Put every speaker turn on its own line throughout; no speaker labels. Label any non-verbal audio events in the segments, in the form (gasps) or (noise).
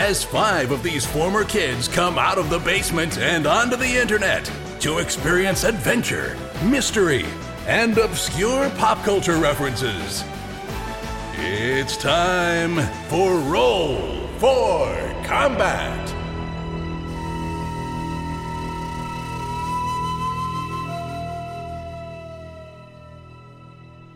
as five of these former kids come out of the basement and onto the internet to experience adventure, mystery, and obscure pop culture references. It's time for Roll for Combat.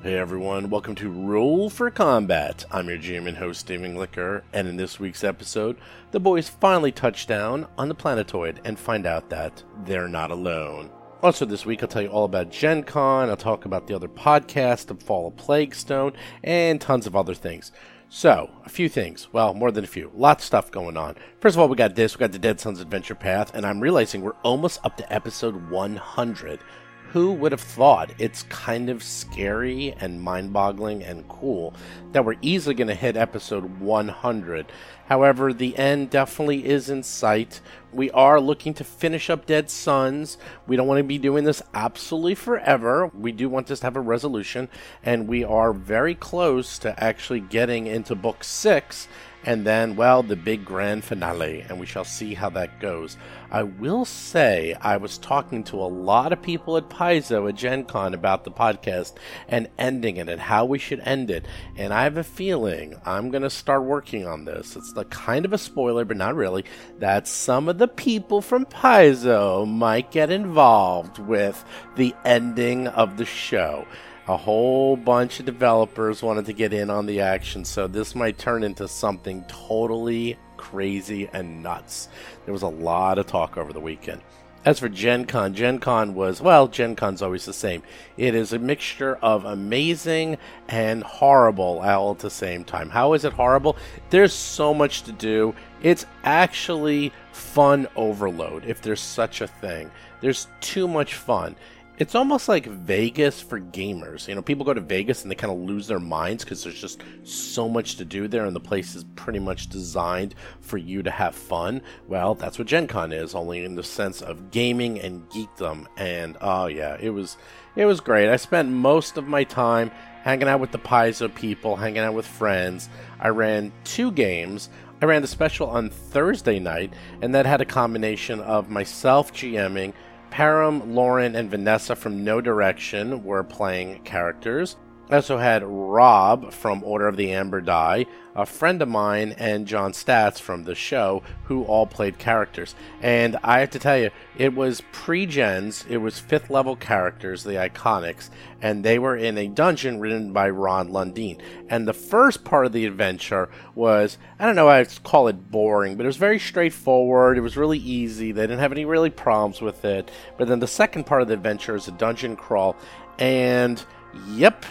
Hey everyone, welcome to Rule for Combat. I'm your GM and host, Steven Licker, and in this week's episode, the boys finally touch down on the planetoid and find out that they're not alone. Also, this week, I'll tell you all about Gen Con, I'll talk about the other podcast, The Fall of Plague Stone, and tons of other things. So, a few things. Well, more than a few. Lots of stuff going on. First of all, we got this, we got the Dead Sons Adventure Path, and I'm realizing we're almost up to episode 100 who would have thought it's kind of scary and mind boggling and cool that we're easily going to hit episode 100? However, the end definitely is in sight. We are looking to finish up Dead Sons. We don't want to be doing this absolutely forever. We do want this to have a resolution, and we are very close to actually getting into book six and then, well, the big grand finale, and we shall see how that goes. I will say I was talking to a lot of people at Paizo at Gen Con about the podcast and ending it and how we should end it, and I have a feeling I'm going to start working on this. It's the kind of a spoiler, but not really, that some of the people from Paizo might get involved with the ending of the show a whole bunch of developers wanted to get in on the action, so this might turn into something totally crazy and nuts. There was a lot of talk over the weekend. As for Gen Con, Gen Con was, well, Gen Con's always the same. It is a mixture of amazing and horrible all at the same time. How is it horrible? There's so much to do. It's actually fun overload, if there's such a thing. There's too much fun it's almost like Vegas for gamers. You know, people go to Vegas and they kind of lose their minds because there's just so much to do there, and the place is pretty much designed for you to have fun. Well, that's what Gen Con is, only in the sense of gaming and geekdom. And oh yeah, it was it was great. I spent most of my time hanging out with the Paizo people, hanging out with friends. I ran two games. I ran the special on Thursday night, and that had a combination of myself GMing. Param, Lauren, and Vanessa from No Direction were playing characters. I also had Rob from Order of the Amber Die, a friend of mine, and John Stats from the show, who all played characters. And I have to tell you, it was pre gens, it was fifth level characters, the Iconics, and they were in a dungeon written by Ron Lundeen. And the first part of the adventure was, I don't know, I call it boring, but it was very straightforward. It was really easy. They didn't have any really problems with it. But then the second part of the adventure is a dungeon crawl, and yep,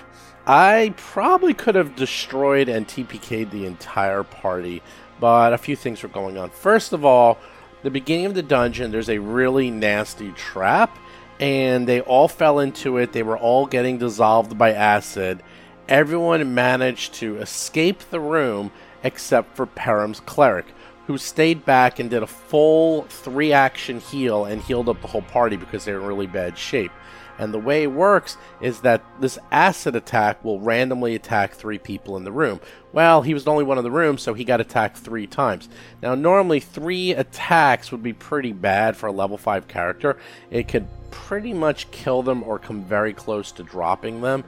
I probably could have destroyed and TPK'd the entire party, but a few things were going on. First of all, the beginning of the dungeon, there's a really nasty trap, and they all fell into it. They were all getting dissolved by acid. Everyone managed to escape the room except for Param's cleric, who stayed back and did a full three action heal and healed up the whole party because they were in really bad shape. And the way it works is that this acid attack will randomly attack three people in the room. Well, he was the only one in the room, so he got attacked three times. Now, normally, three attacks would be pretty bad for a level 5 character. It could pretty much kill them or come very close to dropping them.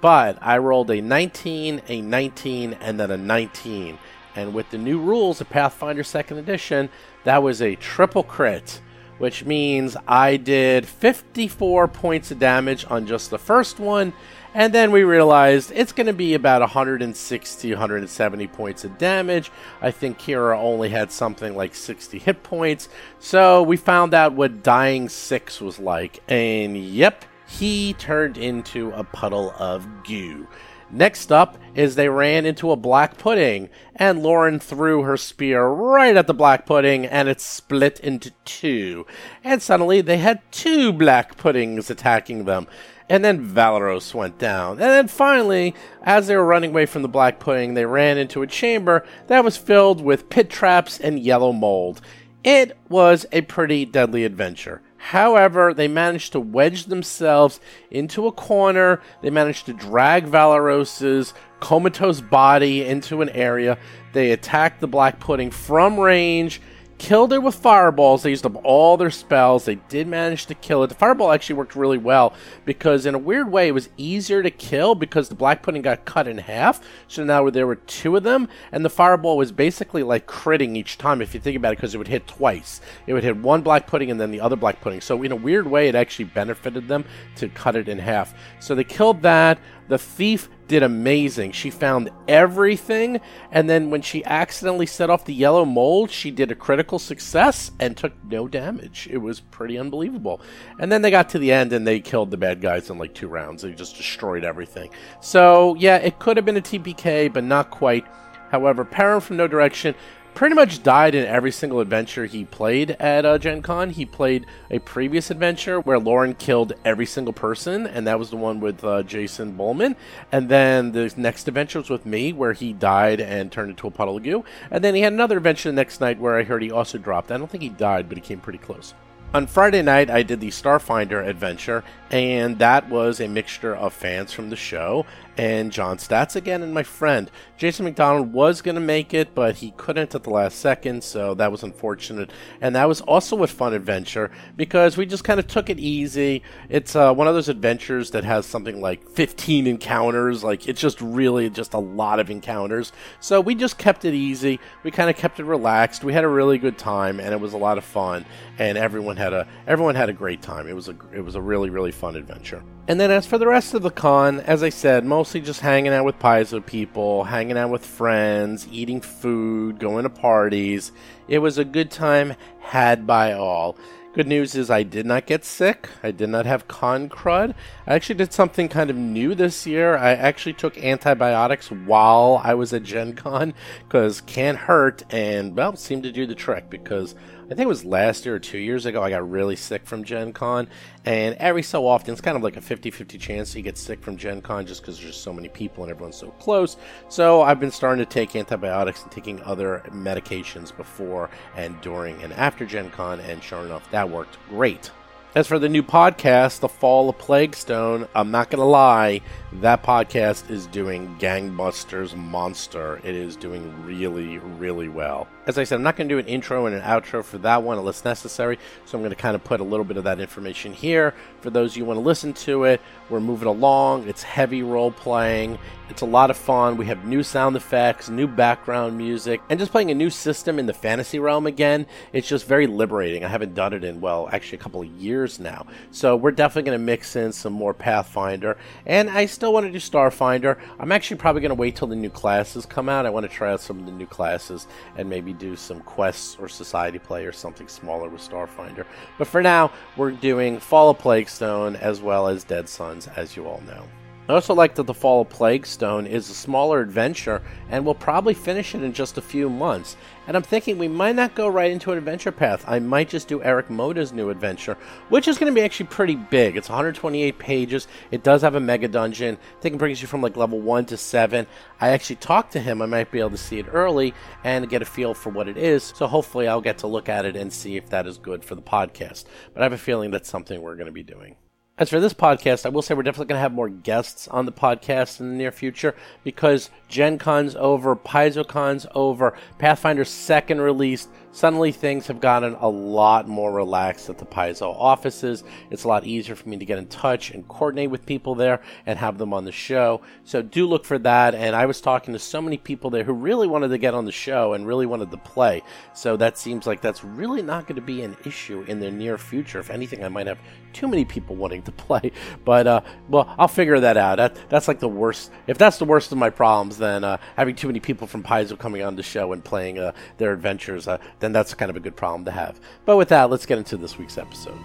But I rolled a 19, a 19, and then a 19. And with the new rules of Pathfinder 2nd Edition, that was a triple crit which means I did 54 points of damage on just the first one, and then we realized it's going to be about 160, 170 points of damage. I think Kira only had something like 60 hit points, so we found out what dying six was like, and yep, he turned into a puddle of goo. Next up is they ran into a black pudding, and Lauren threw her spear right at the black pudding, and it split into two. And suddenly they had two black puddings attacking them. And then Valeros went down. And then finally, as they were running away from the black pudding, they ran into a chamber that was filled with pit traps and yellow mold. It was a pretty deadly adventure. However, they managed to wedge themselves into a corner. They managed to drag Valoros's comatose body into an area. They attacked the Black Pudding from range, killed it with fireballs. They used up all their spells. They did manage to kill it. The fireball actually worked really well because, in a weird way, it was easier to kill because the Black Pudding got cut in half. So now there were two of them, and the fireball was basically like critting each time if you think about it because it would hit twice. It would hit one Black Pudding and then the other Black Pudding. So, in a weird way, it actually benefited them to cut it in half. So they killed that. The thief did amazing. She found everything, and then when she accidentally set off the yellow mold, she did a critical success and took no damage. It was pretty unbelievable. And then they got to the end and they killed the bad guys in like two rounds. They just destroyed everything. So, yeah, it could have been a TPK, but not quite. However, Parent from No Direction pretty much died in every single adventure he played at uh, Gen Con. He played a previous adventure where Lauren killed every single person, and that was the one with uh, Jason Bowman. And then the next adventure was with me, where he died and turned into a puddle of goo. And then he had another adventure the next night where I heard he also dropped. I don't think he died, but he came pretty close. On Friday night, I did the Starfinder adventure, and that was a mixture of fans from the show and John Stats again and my friend. Jason McDonald was going to make it, but he couldn't at the last second, so that was unfortunate. And that was also a fun adventure because we just kind of took it easy. It's uh, one of those adventures that has something like 15 encounters. Like, it's just really just a lot of encounters. So we just kept it easy. We kind of kept it relaxed. We had a really good time, and it was a lot of fun. And everyone had a everyone had a great time. It was a it was a really really fun adventure. And then as for the rest of the con, as I said, mostly just hanging out with Paizo people, hanging out with friends, eating food, going to parties. It was a good time had by all. Good news is I did not get sick. I did not have con crud. I actually did something kind of new this year. I actually took antibiotics while I was at Gen Con because can hurt and, well, seemed to do the trick because I think it was last year or two years ago, I got really sick from Gen Con. And every so often, it's kind of like a 50 50 chance you get sick from Gen Con just because there's so many people and everyone's so close. So I've been starting to take antibiotics and taking other medications before and during and after Gen Con. And sure enough, that worked great. As for the new podcast, The Fall of Plague Stone, I'm not going to lie, that podcast is doing gangbusters monster. It is doing really, really well. As I said, I'm not going to do an intro and an outro for that one unless necessary, so I'm going to kind of put a little bit of that information here. For those you want to listen to it, we're moving along. It's heavy role playing, it's a lot of fun. We have new sound effects, new background music, and just playing a new system in the fantasy realm again. It's just very liberating. I haven't done it in, well, actually a couple of years now. So we're definitely going to mix in some more Pathfinder. And I still want to do Starfinder. I'm actually probably going to wait till the new classes come out. I want to try out some of the new classes and maybe do some quests or society play or something smaller with Starfinder. But for now, we're doing Fall of Plague Stone as well as Dead Sons, as you all know. I also like that The Fall of Plague Stone is a smaller adventure and we'll probably finish it in just a few months. And I'm thinking we might not go right into an adventure path. I might just do Eric Moda's new adventure, which is going to be actually pretty big. It's 128 pages. It does have a mega dungeon. I think it brings you from like level 1 to 7. I actually talked to him. I might be able to see it early and get a feel for what it is. So hopefully I'll get to look at it and see if that is good for the podcast. But I have a feeling that's something we're going to be doing. As for this podcast, I will say we're definitely going to have more guests on the podcast in the near future because Gen Con's over, PaizoCon's over, Pathfinder's second release. Suddenly things have gotten a lot more relaxed at the Paizo offices. It's a lot easier for me to get in touch and coordinate with people there and have them on the show. So do look for that. And I was talking to so many people there who really wanted to get on the show and really wanted to play. So that seems like that's really not going to be an issue in the near future. If anything, I might have too many people wanting to (laughs) play. But uh, well, I'll figure that out. That, that's like the worst. If that's the worst of my problems, then uh, having too many people from Paizo coming on the show and playing uh, their adventures, then that's kind of a good problem to have. But with that, let's get into this week's episode.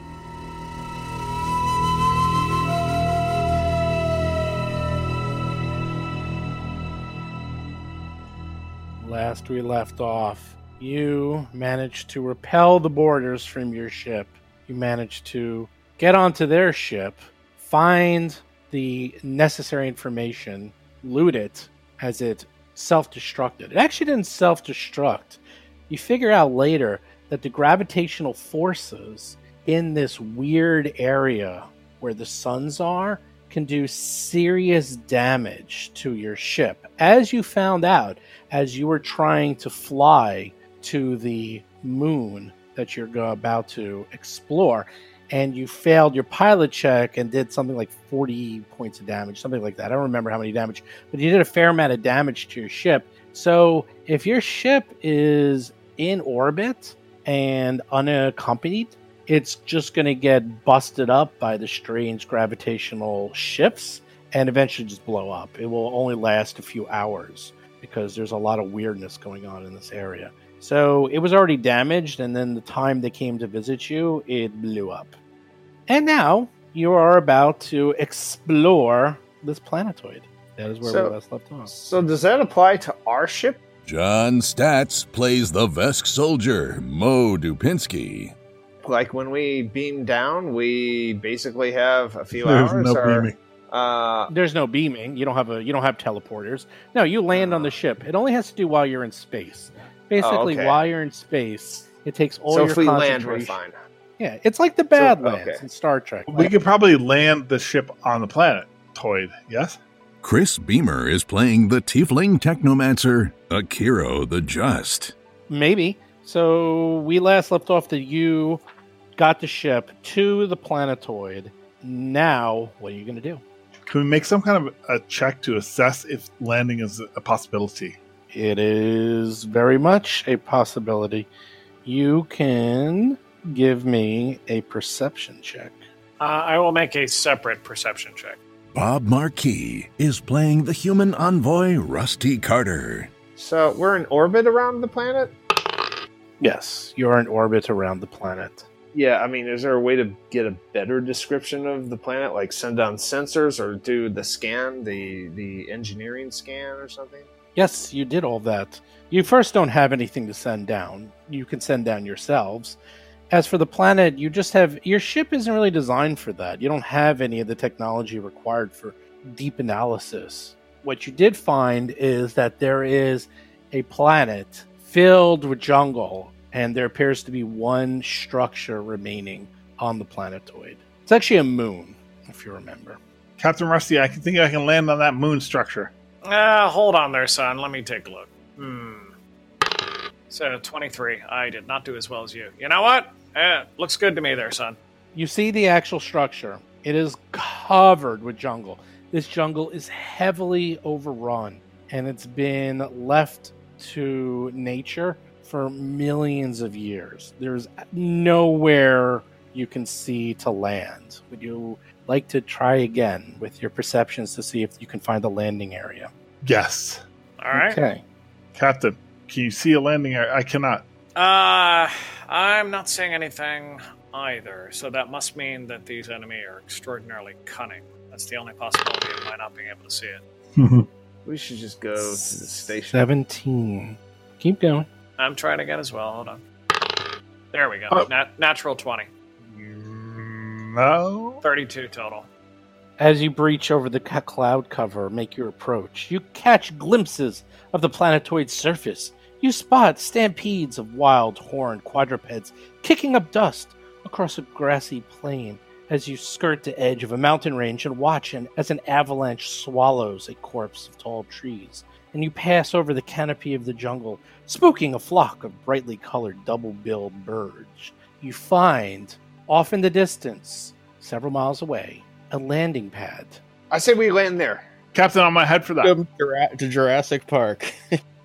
last we left off, you managed to repel the boarders from your ship. You managed to get onto their ship, find the necessary information, loot it as it self destructed. It actually didn't self destruct. You figure out later that the gravitational forces in this weird area where the suns are can do serious damage to your ship. As you found out as you were trying to fly to the moon that you're go- about to explore, and you failed your pilot check and did something like 40 points of damage, something like that. I don't remember how many damage, but you did a fair amount of damage to your ship. So if your ship is in orbit and unaccompanied, it's just going to get busted up by the strange gravitational shifts and eventually just blow up. It will only last a few hours because there's a lot of weirdness going on in this area. So it was already damaged, and then the time they came to visit you, it blew up. And now you are about to explore this planetoid. That is where
So-
we last left off.
So does that apply to our ship?
John Statz plays the Vesk soldier, Mo Dupinsky.
Like when we beam down, we basically have a few
(laughs) There's
hours.
no
or,
beaming.
Uh,
There's no beaming. You don't have a. You don't have teleporters. No, you land on the ship. It only has to do while you're in space. Basically,
Ah. okay.
while you're in space, it takes all
so
your
if we land,
concentration.
we're fine.
Yeah, it's like the Badlands
okay.
in Star Trek.
We
Like,
could probably land the ship on the planet, Toid. Yes.
Chris Beamer is playing the Tiefling Technomancer, Akiro the Just.
maybe. So we last left off that you got the ship to the planetoid. Now, what are you going to do?
Can we make some kind of a check to assess if landing is a possibility?
It is very much a possibility. You can give me a perception check.
Uh, I will make a separate perception check.
Bob Marquis is playing the human envoy, Rusty Carter.
So we're in orbit around the planet.
Yes, you're in orbit around the planet.
Yeah, I mean, is there a way to get a better description of the planet? Like send down sensors or do the scan, the the engineering scan or something?
Yes, you did all that. You first don't have anything to send down. You can send down yourselves. As for the planet, you just have your ship isn't really designed for that. You don't have any of the technology required for deep analysis. What you did find is that there is a planet filled with jungle, and there appears to be one structure remaining on the planetoid. It's actually a moon, if you remember.
Captain Rusty, I can think I can land on that moon structure.
Uh, hold on there, son. Let me take a look. Hmm. So, 23. I did not do as well as you. You know what? Eh, looks good to me there, son.
You see the actual structure. It is covered with jungle. This jungle is heavily overrun and it's been left to nature for millions of years. There's nowhere you can see to land. Would you like to try again with your perceptions to see if you can find a landing area?
Yes.
All right.
Okay.
Captain, can you see a landing area? I cannot.
Uh, I'm not seeing anything either, so that must mean that these enemy are extraordinarily cunning. That's the only possibility of my not being able to see it.
We should just go to the station.
17. Keep going.
I'm trying again as well. Hold on. There we go.
Oh.
Nat- natural 20.
no.
32 total.
As you breach over the c- cloud cover, make your approach. You catch glimpses of the planetoid's surface. You spot stampedes of wild horned quadrupeds kicking up dust across a grassy plain as you skirt the edge of a mountain range and watch an, as an avalanche swallows a corpse of tall trees. And you pass over the canopy of the jungle, spooking a flock of brightly colored double billed birds. You find, off in the distance, several miles away, a landing pad.
I say we land there.
Captain, on my head for that.
Welcome Jura- to Jurassic Park.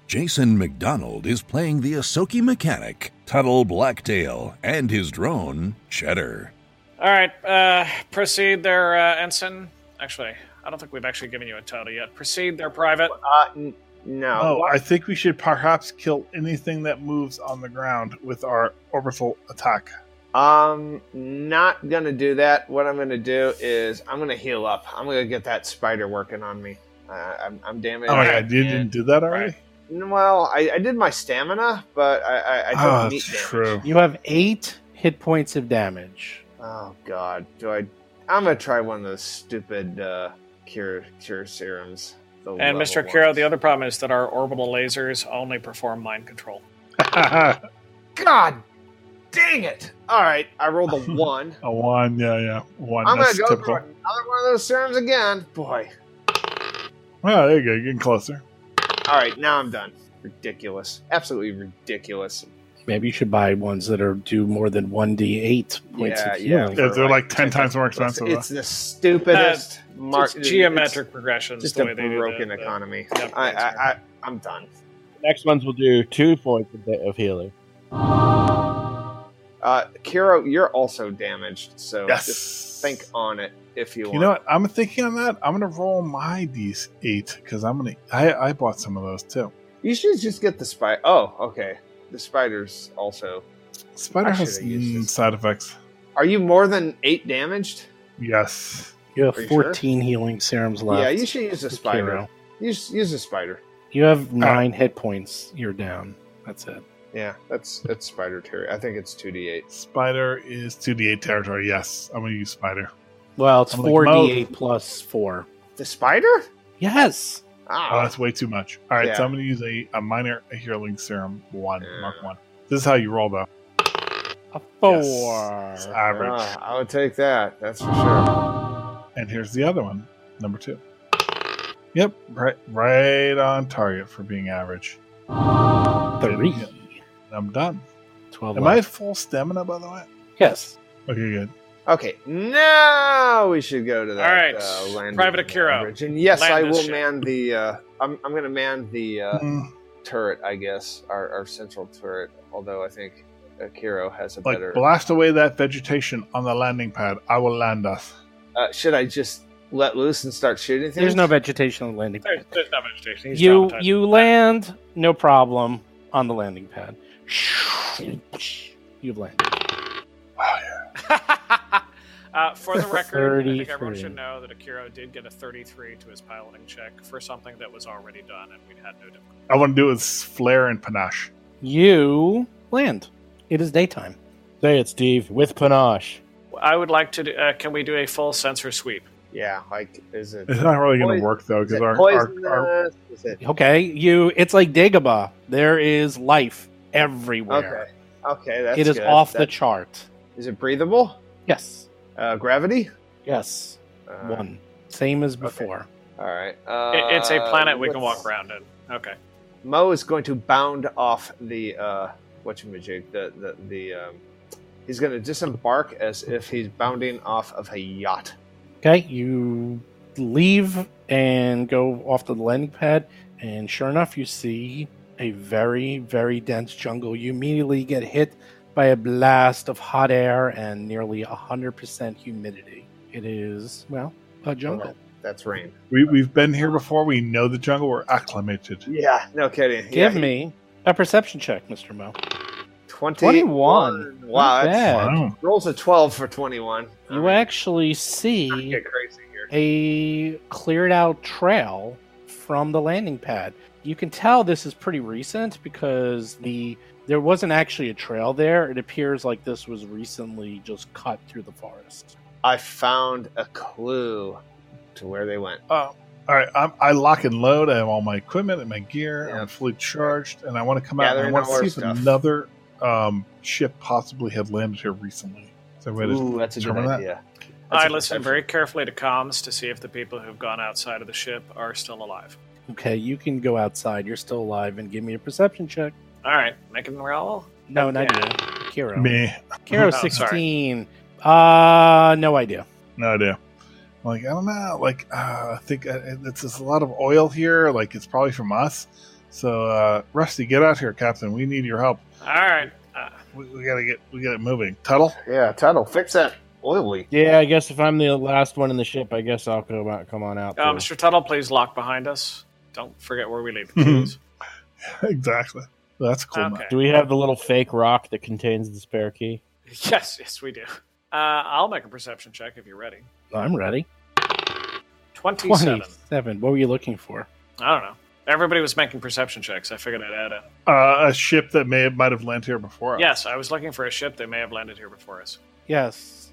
Jason McDonald is playing the Asoki mechanic, Tuttle Blacktail, and his drone, Cheddar.
All right, uh, proceed there, uh, ensign. Actually, I don't think we've actually given you a title yet. Proceed there, private.
Uh, n- no.
Oh, I think we should perhaps kill anything that moves on the ground with our orbital attack.
Um, not gonna do that. What I'm gonna do is I'm gonna heal up. I'm gonna get that spider working on me. Uh, I'm, I'm damaged.
Oh my god, you
and-
didn't do that already?
Well, I, I did my stamina, but I, I, I don't
Ah,
meet
that's
damage.
true.
You have eight hit points of damage.
Oh God, do I? I'm gonna try one of those stupid uh, cure cure serums. the
And
level
Mr. Kiro,
ones.
the other problem is that our orbital lasers only perform mind control.
(laughs) a
God, dang it! All right, I rolled
(laughs)
a one.
one, yeah, yeah, one.
I'm gonna
that's
go
typical.
through another one of those serums again. Boy,
Well, there you go. You're getting closer.
all right, now I'm done. Ridiculous, absolutely ridiculous.
Maybe you should buy ones that are do more than one d eight points
Yeah,
of
yeah.
healing.
Yeah, they're like ten
it's-
times more expensive. though.
It's the stupidest mark.
Uh, It's geometric progressions.
It's just
the
a
way they do
broken
the, the-
economy.
yeah,
I,
it's
I, I, I'm done.
Next ones will do two points of da- of healing.
Uh, Kiro, you're also damaged, so just
yes.
think on it if you,
You
want.
know what? I'm thinking on that. I'm gonna roll my d8 because I'm gonna. I I bought some of those too.
You should just get the spider. Oh, okay. The spiders also.
Spider
I
has
should've used
mm,
this.
side effects.
Are you more than eight damaged?
Yes.
You have
Are you sure?
fourteen healing serums left.
Yeah, you should use a spider.
Kiro.
Use use a spider.
You have nine hit points. You're down. That's it.
Yeah, that's that's spider terry. I think it's two d eight.
Spider is two d8 territory. Yes, I'm gonna use spider.
Well, it's
I'm like,
four
Mo-
d eight plus four.
The spider?
Yes.
Oh,
Ah,
that's way too much. All right,
Yeah.
so
Uh.
I'm gonna use a, a minor healing serum one,
Yeah.
mark one. This is how you roll though.
A four.
Yes. It's average.
ah, I would take that. That's for sure.
And here's the other one, number two. Yep, right, right on target for being average.
Three.
Yeah. I'm done.
Twelve.
Am I
left.
at full stamina by the way?
Yes.
Okay, good.
Okay, now we should go to that.
All right,
uh, land
Private
of
Akira,
leverage. And yes,
land
I
this
will
ship.
man the. Uh, I'm I'm gonna man the uh,
Mm,
turret. I guess our our central turret. Although I think Akiro has a
like
better.
blast away that vegetation on the landing pad. I will land us.
Uh, should I just let loose and start shooting things?
There's no vegetation on the landing
There's,
pad.
there's no vegetation. He's
You
traumatized.
you land no problem on the landing pad. You've landed.
(laughs) uh,
(laughs)
for the record, I think everyone
33.
should know that Akiro did get a 33 to his piloting check for something that was already done, and we had no difficulty.
I want to do it with flair and panache.
You land. It is daytime.
Say it, Steve, with panache.
I would like to. Do, uh, can we do a full sensor sweep?
Yeah, like is it?
It's not really
Poison- uh,
going to work though
Is
because
it
our, our,
poisonous?
our
Is it-
Okay, you. It's like Dagobah. There is life everywhere.
okay, okay, that's
it is
good.
off the
That-
chart.
Is it breathable?
Yes.
Uh, gravity.
Yes.
Uh,
One. Same as before.
All right. Uh,
It, it's a planet we can
let's-
walk around in. Okay.
Mo is going to bound off the uh, whatchamajig, the the the. Um, he's going to disembark as if he's bounding off of a yacht.
Okay, you leave and go off to the landing pad, and sure enough, you see a very, very dense jungle. You immediately get hit by a blast of hot air and nearly 100% humidity. It is, well, a jungle.
That's rain.
we, we've been here before. We know the jungle. We're acclimated.
Yeah, no kidding.
Give
yeah,
me a perception check, Mr. Mo.
21. Wow,
Not
that's,
bad.
Wow.
rolls a twelve for twenty-one.
You actually see
get crazy here.
a cleared out trail from the landing pad. You can tell this is pretty recent because the there wasn't actually a trail there. It appears like this was recently just cut through the forest.
I found a clue to where they went.
All right, I'm, I lock and load. I have all my equipment and my gear.
Yeah.
I'm fully charged, and I want to come out
Gathering
and I want
all our
to see if
stuff.
another um, ship possibly had landed here recently. So wait,
Ooh, that's a good
determine that.
idea. That's
I
a
listen
perception.
very carefully to comms to see if the people who've gone outside of the ship are still alive.
Okay, you can go outside. You're still alive and give me a perception check.
All right, making the roll.
No, not
Yeah.
you. Kiro.
me,
Kiro
Oh, sorry.
16. Uh no idea.
no idea. I'm like I don't know. Like uh, I think uh, it's just a lot of oil here. Like it's probably from us. So uh, Rusty, get out here, Captain. We need your help.
All right. Uh,
We, we gotta get we gotta get moving. Tuttle, (laughs)
Yeah, Tuttle, fix that oil leak.
Yeah, I guess if I'm the last one in the ship, I guess I'll come out. Come on out.
uh,
too.
Mr. Tuttle, please lock behind us. Don't forget where we
(laughs)
leave the keys.
exactly. That's a cool.
okay.
nut.
Do we have the little fake rock that contains the spare key?
Yes, yes, we do. Uh, I'll make a perception check if you're ready.
I'm ready.
27.
27. What were you looking for?
I don't know. Everybody was making perception checks. I figured I'd add it.
Uh, a ship that may have, might have landed here before us.
Yes, I was looking for a ship that may have landed here before us.
Yes.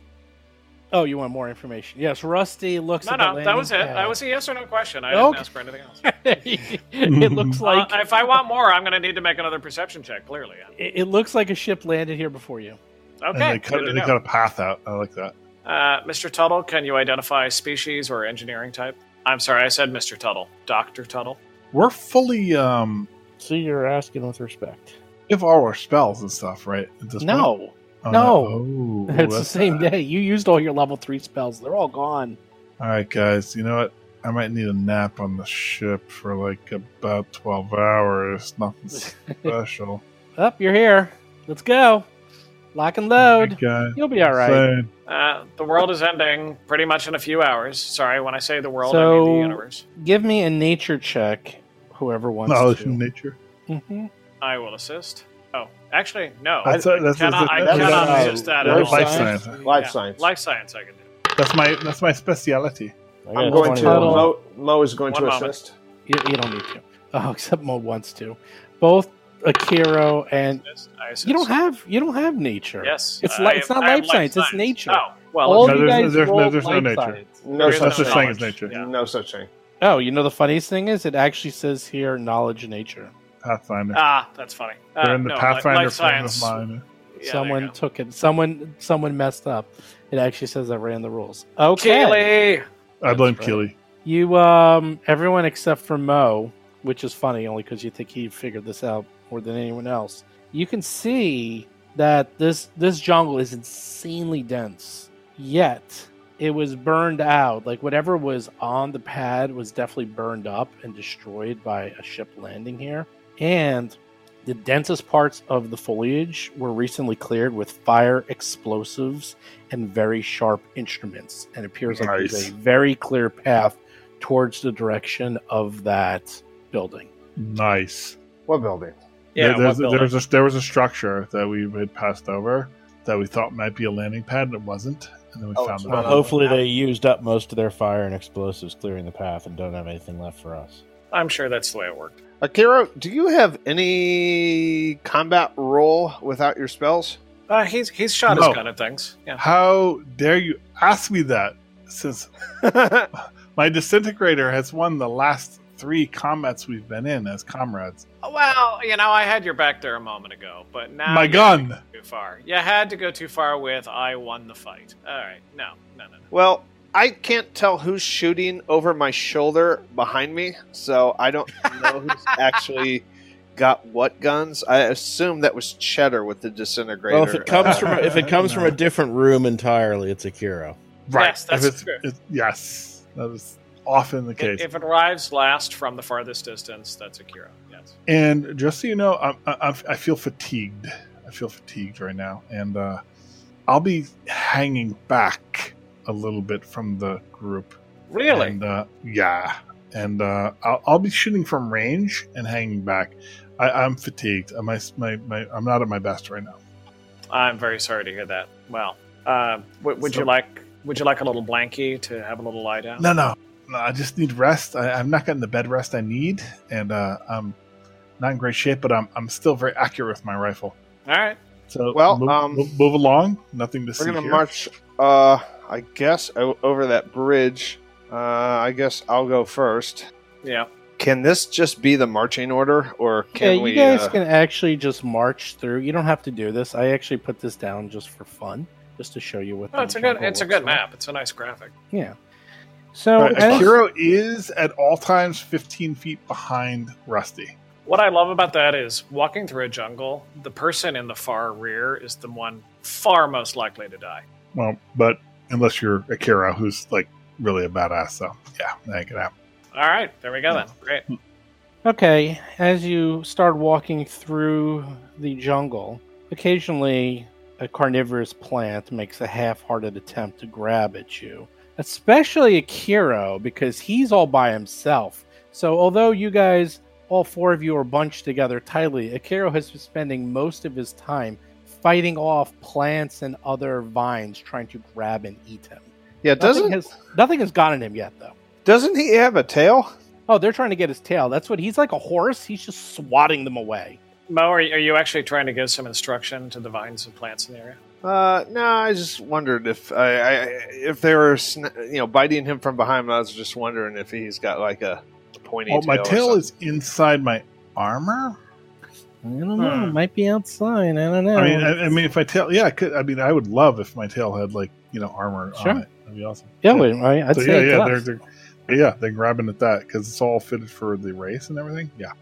Oh, you want more information? Yes. Rusty looks.
No,
at
no,
the
that was it.
landing (laughs)
That was a yes or no question. I
Okay.
didn't ask for anything else.
pad. it looks like
Uh, if I want more, I'm going to need to make another perception check. Clearly.
it, it looks like a ship landed here before you.
Okay.
And they
good
cut,
to
they
know.
cut a path out. I like that.
Uh, Mr. Tuttle, can you identify species or engineering type? I'm sorry, I said Mr. Tuttle. Dr. Tuttle.
We're fully um
See, you're asking with respect.
if all our spells and stuff, right? At this point?
No,
Oh,
no.
Oh,
(laughs) it's the
that's-
same day. You used all your level three spells. They're all gone.
All right, guys. You know what? I might need a nap on the ship for like about twelve hours.
(laughs)
Nothing special.
Up, you're here. Let's go. Lock and
Hey,
load.
guys,
You'll be all right.
say,
Uh, the world is ending pretty much in a few hours. Sorry, when I say the world, I
So-
mean the universe.
Give me a nature check. Whoever wants
knowledge
to.
from nature.
Mhm.
I will assist. Oh, actually, no. I,
That's- that's-
cannot, I
that's-
cannot
that's-
assist that at
Life
all.
Life
science.
science.
Life
Yeah,
science.
Life science, I can do.
That's my that's my speciality.
I'm going to.
Tuttle.
Mo, Mo is going
One
to
moment.
assist.
You, you don't need to. (laughs) Oh, except Mo wants to. Both Akiro and
Assist, I assist.
you don't have you don't have nature.
Yes.
It's
I
li- it's
am-
not
I am
life science, it's nature.
Oh, well,
All
No,
you
there's-
guys
there's no-
rolled
there's no
life
nature.
science.
No
There is
such
no
That's the thing
knowledge.
as nature.
Yeah.
No such thing.
Oh, you know the funniest thing is it actually says here knowledge nature.
Pathfinder.
Ah, that's funny. Uh,
They're in the
no, li-
Pathfinder
life
frame of
science.
mind.
Yeah, there you
someone
go.
took it. Someone someone messed up. It actually says I ran the rules. Okay.
Keely.
I
That's
blame
right.
Keeley.
You um everyone except for Mo, which is funny only because you think he figured this out more than anyone else. You can see that this this jungle is insanely dense. Yet it was burned out. Like whatever was on the pad was definitely burned up and destroyed by a ship landing here. And the densest parts of the foliage were recently cleared with fire explosives and very sharp instruments. And it appears like there's
Nice.
a very clear path towards the direction of that building.
Nice.
What building?
Yeah,
there, there's,
what building?
there's a, there was a structure that we had passed over that we thought might be a landing pad, and it wasn't. And then we
Oh,
found
it's
it.
not
out.
a-
Hopefully, they used up most of their fire and explosives clearing the path and don't have anything left for us.
I'm sure that's the way it worked.
Akira,
Do you have any combat roll without your spells?
Uh, he's he's shot
No.
his gun at things. Yeah.
How dare you ask me that?
(laughs)
Since my disintegrator has won the last three combats we've been in as comrades.
Oh, Well, you know, I had your back there a moment ago, but now
my
you had
gun.
to go Too far. You had to go too far with I won the fight. All right, no, no, no, no.
Well, I can't tell who's shooting over my shoulder behind me, so I don't know who's
(laughs)
actually got what guns. I assume that was Cheddar with the disintegrator.
Well, if it
uh,
comes from a, if it comes from a
No.
different room entirely, it's Akira.
Right.
Yes, that's
if it's,
true.
it's- yes, that is often the case.
If it arrives last from the farthest distance, that's Akira. Yes.
And just so you know, I'm, I, I'm- I feel fatigued. I feel fatigued right now, and uh, I'll be hanging back a little bit from the group.
Really?
And, uh, yeah. And uh, I'll, I'll be shooting from range and hanging back. I, I'm fatigued. Uh, My, my, my, I'm not at my best right now.
I'm very sorry to hear that. Well, uh, w- would
So-
you like would you like a little blankie to have a little lie down?
No, no. no I just need rest. I, I'm not getting the bed rest I need, and uh, I'm not in great shape, but I'm, I'm still very accurate with my rifle.
All right.
So
Well,
move,
um,
move, move along. Nothing to see
We're gonna
here.
march, uh, I guess, o- over that bridge. Uh, I guess I'll go first.
Yeah.
Can this just be the marching order, or
Yeah,
can
you
we?
guys
uh,
can actually just march through. You don't have to do this. I actually put this down just for fun, just to show you what.
Oh,
the
it's a good
jungle
it's a
looks
good
like.
map. It's a nice graphic.
Yeah. So
Right,
as-
Akiro is at all times 15 feet behind Rusty.
What I love about that is walking through a jungle, the person in the far rear is the one far most likely to die.
Well, but unless you're Akira, who's like really a badass, so yeah, that could happen.
All right, there we go then. Great.
Okay, as you start walking through the jungle, occasionally a carnivorous plant makes a half hearted attempt to grab at you, especially Akiro, because he's all by himself. So, although you guys, all four of you, are bunched together tightly, Akiro has been spending most of his time fighting off plants and other vines trying to grab and eat him.
yeah,
Nothing
doesn't
has, nothing has gotten him yet, though.
doesn't he have a tail?
Oh, they're trying to get his tail. That's what he's like a horse. He's just swatting them away.
Mo, are, are you actually trying to give some instruction to the vines and plants in the area?
Uh, no, I just wondered if I, I if they were sn- you know biting him from behind. I was just wondering if he's got like a pointy.
Oh, my
tail or
tail
something.
is inside my armor.
I don't know.
Hmm.
It might be outside. I don't know.
I mean, I, I mean, if I tail, yeah, I could. I mean, I would love if my tail had like you know armor
Sure.
on it. That'd be awesome.
Yeah, wait, right? I'd
So
say it
yeah, yeah, they're,
does.
they're yeah, they're grabbing at that because it's all fitted for the race and everything. Yeah,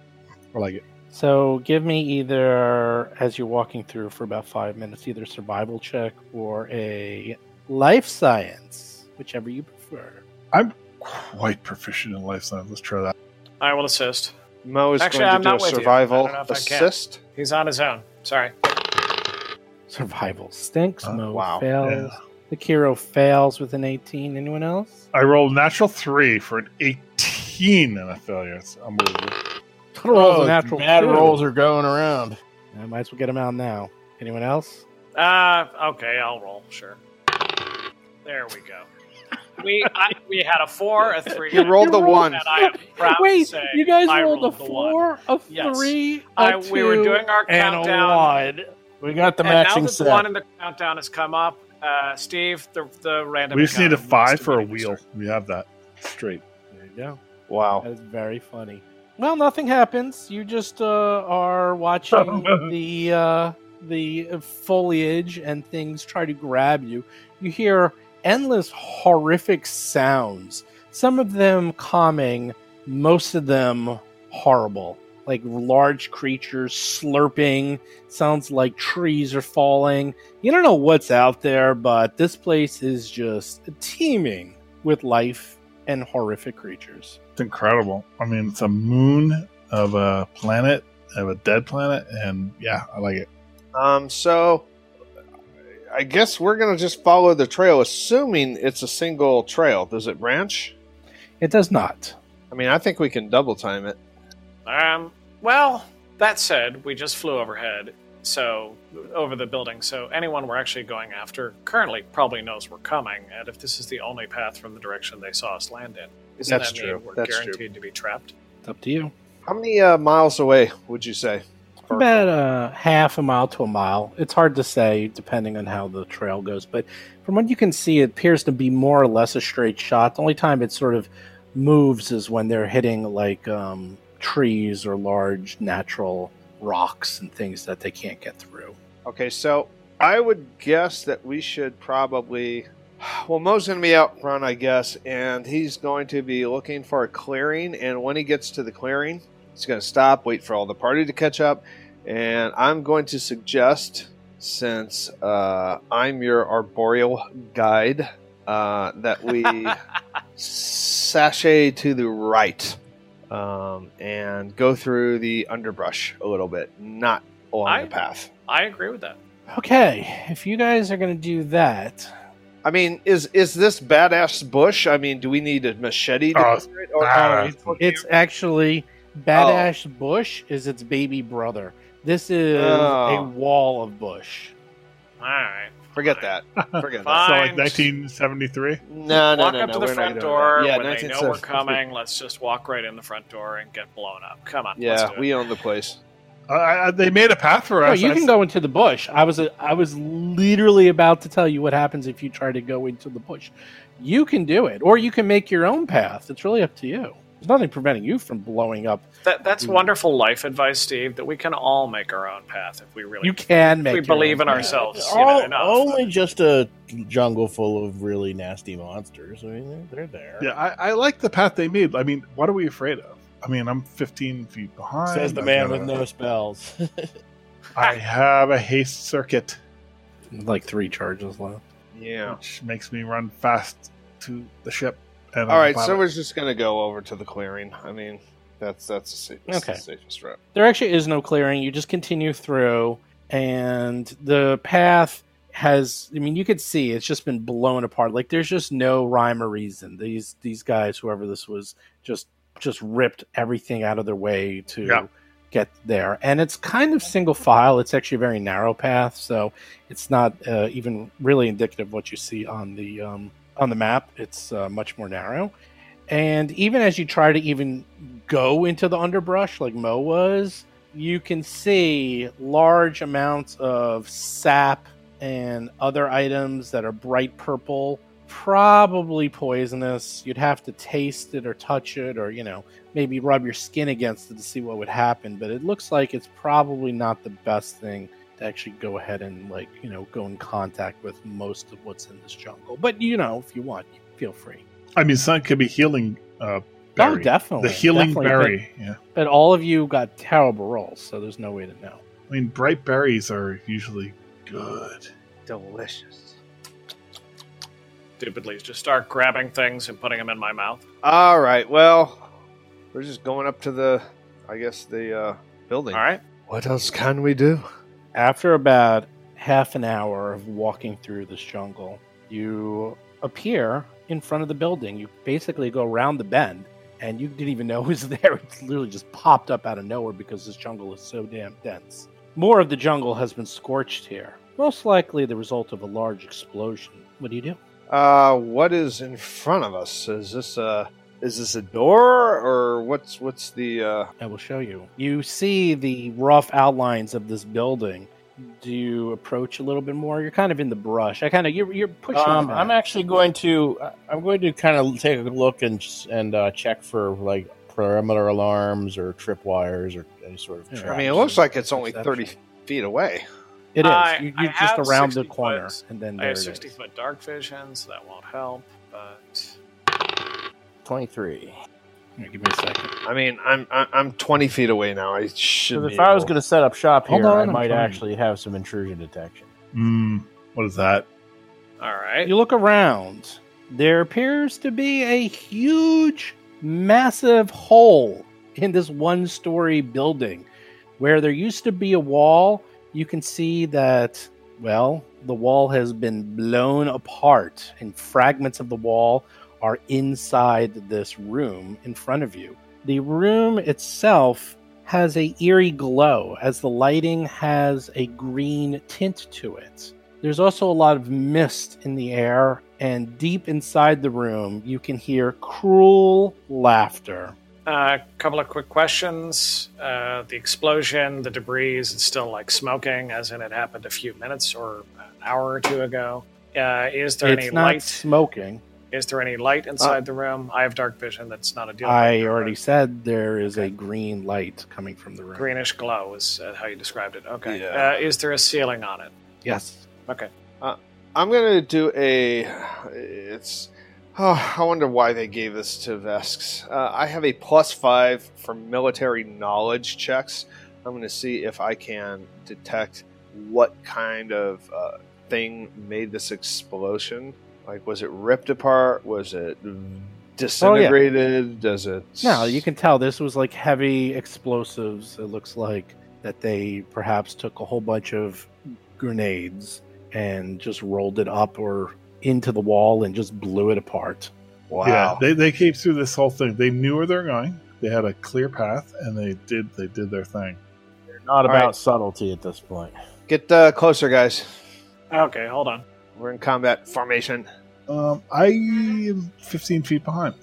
I like it.
So give me either as you're walking through for about five minutes, either survival check or a life science, whichever you prefer.
Quite proficient in life science. Let's try that.
I will assist.
Mo is
Actually,
going to
I'm
do
not
a
with you. I
survival
don't know if I can.
assist.
He's on his own. Sorry.
Survival stinks.
Oh,
Mo
wow.
fails. The Kiro fails with an 18. Anyone else?
I rolled natural three for an eighteen and a failure. It's unbelievable.
Total rolls a
Oh,
natural
bad
two.
rolls are going around.
I might as well get him out now. Anyone else?
Uh, okay, I'll roll. Sure. There we go. We I, we had a four, a three.
You rolled the
rolled
one.
And I am proud to
(laughs) Wait,
say
you guys
I
rolled, a
rolled the one.
four, a
Yes.
three, a
I,
two,
we were doing our
and a
countdown.
one.
We got the
and now
matching
that
set.
the one in the countdown has come up, uh, Steve, the the random.
We just need a
encounter must
five
have
for a
been
wheel. We have that straight.
There you go.
Wow.
That is very funny. Well, nothing happens. You just uh, are watching the uh, the foliage and things try to grab you. You hear endless horrific sounds. Some of them calming, most of them horrible. Like large creatures slurping. Sounds like trees are falling. You don't know what's out there, but this place is just teeming with life and horrific creatures.
It's incredible. I mean, it's a moon of a planet, of a dead planet, and yeah, I like it.
Um, so I guess we're going to just follow the trail, assuming it's a single trail. Does it branch?
It does not.
I mean, I think we can double time it.
Um, well, that said, we just flew overhead, so over the building. So anyone we're actually going after currently probably knows we're coming, and if this is the only path from the direction they saw us land in, isn't
That's
that
true.
mean we're
That's true.
guaranteed to be trapped?
It's up to you.
How many uh, miles away would you say?
About uh, half a mile to a mile. It's hard to say depending on how the trail goes, but from what you can see, it appears to be more or less a straight shot. The only time it sort of moves is when they're hitting like um, trees or large natural rocks and things that they can't get through.
Okay, so I would guess that we should probably. (sighs) Well, Mo's going to be out front, I guess, and he's going to be looking for a clearing. And when he gets to the clearing, he's going to stop, wait for all the party to catch up. And I'm going to suggest, since uh, I'm your arboreal guide, uh, that we sashay to the right um, and go through the underbrush a little bit, not along
I-
the path.
I agree with that.
Okay, if you guys are going to do that,
I mean, is is this badass bush? I mean, do we need a machete to
Oh,
clear it? Or,
badass.
it's okay.
It's actually Badash Bush is its baby brother. This is
Oh.
a wall of bush.
All right.
forget that. Forget that.
(laughs) Fine.
So like
Fine.
1973.
No, no,
Walk
no,
up
no,
to
we're
the
not
front
doing
door
that. Yeah,
when they know we're
1970.
coming. Let's just walk right in the front door and get blown up. Come on. let's do
Yeah,
it.
we own the place.
I, I, they made a path for
No,
us.
you
I
can
s-
go into the bush. I was I was literally about to tell you what happens if you try to go into the bush. You can do it, or you can make your own path. It's really up to you. There's nothing preventing you from blowing up.
That, that's
Mm.
wonderful life advice, Steve. That we can all make our own path if we really
You can
if
make.
we
your
believe
own
in
path.
ourselves. You know,
All,
enough.
only just a jungle full of really nasty monsters. I mean, they're they're there.
Yeah, I, I like the path they made. I mean, what are we afraid of? I mean, I'm 15 feet behind.
Says the
I've
man
got
with
a-
no
(laughs)
spells.
I have a haste circuit,
Like three charges left.
Yeah.
which makes me run fast to the ship. And
All
I'm a
right, so
pilot.
we're just gonna go over to the clearing. I mean, that's that's the safest,
Okay.
the safest route.
there actually is no clearing. You just continue through, and the path has. I mean, you could see it's just been blown apart. Like there's just no rhyme or reason. These these guys, whoever this was, just just ripped everything out of their way to
Yeah.
get there. And it's kind of single file. It's actually a very narrow path, so it's not uh, even really indicative of what you see on the um, on the map. It's uh, much more narrow, And even as you try to even go into the underbrush, like Mo was, you can see large amounts of sap and other items that are bright purple, probably poisonous. You'd have to taste it or touch it, or, you know, maybe rub your skin against it to see what would happen. But it looks like it's probably not the best thing to actually go ahead and, like, you know, go in contact with most of what's in this jungle. But, you know, if you want, feel free.
I mean, sun could be healing. Uh,
Oh,
berry.
definitely.
the healing
definitely.
berry. Yeah,
But, but all of you got terrible rolls, so there's no way to know.
I mean, bright berries are usually good.
Delicious.
Stupidly, just start grabbing things and putting them in my mouth.
All right. Well, we're just going up to the, I guess the uh, building.
All right.
What else can we do?
After about half an hour of walking through this jungle, you appear in front of the building. You basically go around the bend, and you didn't even know it was (laughs) there. It's literally just popped up out of nowhere because this jungle is so damn dense. More of the jungle has been scorched here, most likely the result of a large explosion. What do you do?
Uh, what is in front of us? Is this a is this a door or what's what's the? Uh...
I will show you. You see the rough outlines of this building. Do you approach a little bit more? You're kind of in the brush. I kind of you're you're pushing.
Um,
back.
I'm actually going to I- I'm going to kind of take a look and s- and uh, check for like perimeter alarms or tripwires or any sort of.
Yeah. I
traps.
I mean, it looks like it's only
Perception.
thirty feet away.
It is.
I-
you,
I
you're just
have
around the
60
corner,
foot.
and then
I
there
have
it
60
is.
foot dark vision, so that won't help. But
23.
Here, give me a second.
I mean, I'm I- I'm twenty feet away now. I should.
'Cause
be
if I was
able-
going to set up shop
Hold
here,
on,
I
I'm
might
trying.
actually have some intrusion detection.
Mm, what is that?
all right.
You look around. There appears to be a huge, massive hole in this one story building where there used to be a wall. You can see that, well, the wall has been blown apart, and fragments of the wall are inside this room in front of you. The room itself has a eerie glow as the lighting has a green tint to it. There's also a lot of mist in the air, and deep inside the room, you can hear cruel laughter.
A Uh, couple of quick questions. Uh, the explosion, the debris, it's still like smoking, as in it happened a few minutes or an hour or two ago. Uh, is there
It's
any
not
light?
smoking.
Is there any light inside the room? I have dark vision. That's not a deal.
I
breaker,
already
but
said there is a green light coming from the room.
Greenish glow is uh, how you described it. Okay.
Yeah.
Uh, is there a ceiling on it?
Yes.
Okay.
I'm gonna do a. It's. Oh, I wonder why they gave this to Vesks. Uh, I have a plus five for military knowledge checks. I'm gonna see if I can detect what kind of uh, thing made this explosion. Like, was it ripped apart? Was it disintegrated? Does it?
Now, you can tell this was like heavy explosives. It looks like that they perhaps took a whole bunch of grenades and just rolled it up or into the wall and just blew it apart.
Wow.
Yeah, they they came through this whole thing. They knew where they're going. They had a clear path, and they did they did their thing.
They're not
All
about
right.
subtlety at this point.
Get uh, closer, guys.
Okay. Hold on.
We're in combat formation.
Um, I am 15 feet behind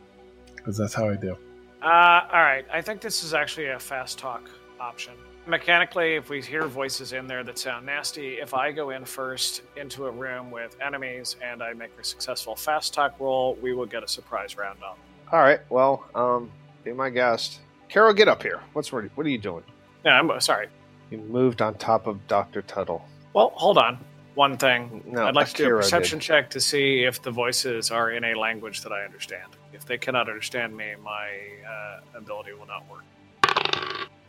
because that's how I do.
Uh, all right. I think this is actually a fast talk option. Mechanically, if we hear voices in there that sound nasty, if I go in first into a room with enemies and I make a successful fast talk roll, we will get a surprise round on.
All right. Well, um, be my guest. Carol, get up here. What's what are you doing?
Yeah, I'm sorry.
You moved on top of Dr. Tuttle.
Well, hold on. One thing.
No,
I'd like to do a
Akira
perception
did.
check to see if the voices are in a language that I understand. If they cannot understand me, my uh, ability will not work.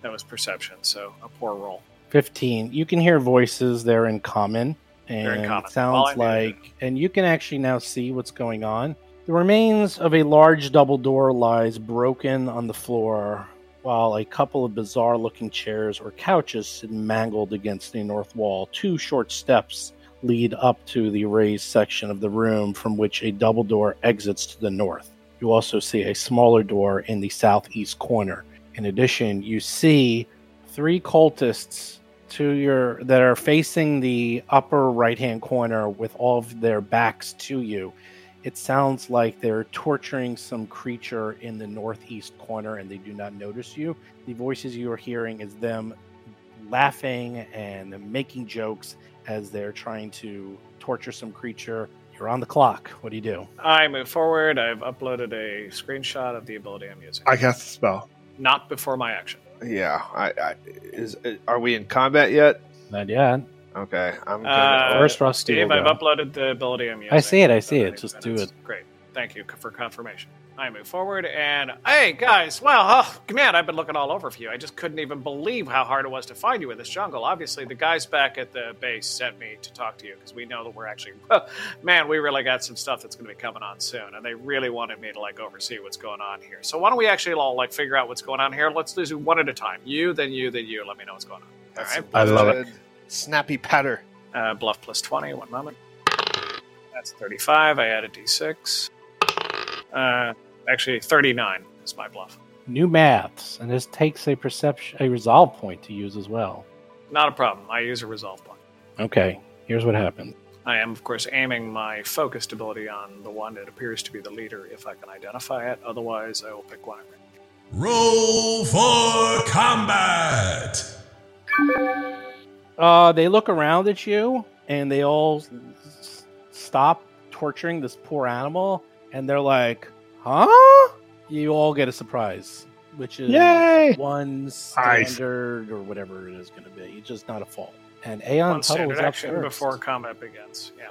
That was perception, so a poor roll.
15 you can hear voices they're in common and
They're in
it
common. All
sounds
I needed.
like and you can actually now see what's going on the remains of a large double door lies broken on the floor while a couple of bizarre looking chairs or couches sit mangled against the north wall two short steps lead up to the raised section of the room from which a double door exits to the north you also see a smaller door in the southeast corner in addition you see three cultists to your that are facing the upper right hand corner with all of their backs to you It sounds like they're torturing some creature in the northeast corner and they do not notice you. The voices you are hearing is them laughing and making jokes as they're trying to torture some creature. You're on the clock. What do you do?
I move forward. I've uploaded a screenshot of the ability I'm using.
I cast a spell.
Not before my action.
Yeah. I, I is are we in combat yet?
Not yet.
Okay. I'm
Uh,
gonna,
First,
Rusty.
Dave, I've uploaded the ability I'm using.
see it, I see
Uh,
it. Just do
Great. Thank you for confirmation. I move forward and hey guys, wow, oh, man, I've been looking all over for you. I just couldn't even believe how hard it was to find you in this jungle. Obviously, the guys back at the base sent me to talk to you because we know that we're actually, (laughs) oh, man, we really got some stuff that's going to be coming on soon, and they really wanted me to like oversee what's going on here. So why don't we actually all like figure out what's going on here? Let's do one at a time. You, then you, then you. Let me know what's going on. All right.
I love it.
Good. Snappy patter.
Uh, bluff plus 20, one moment. That's 35. I add a d6. Uh, actually, 39 is my bluff.
New maths, and this takes a perception, a resolve point to use as well.
Not a problem. I use a resolve point.
Okay, here's what happened.
I am, of course, aiming my focused ability on the one that appears to be the leader if I can identify it. Otherwise, I will pick
Oh,
one.
Roll for combat!
Uh, they look around at you, and they all s- stop torturing this poor animal, and they're like, "Huh?" You all get a surprise, which is
Yay!
one
Nice.
standard or whatever it is going to be. It's just not a fault. And Aeon
One
Tuttle
standard
is up
action
first.
before combat begins. Yeah.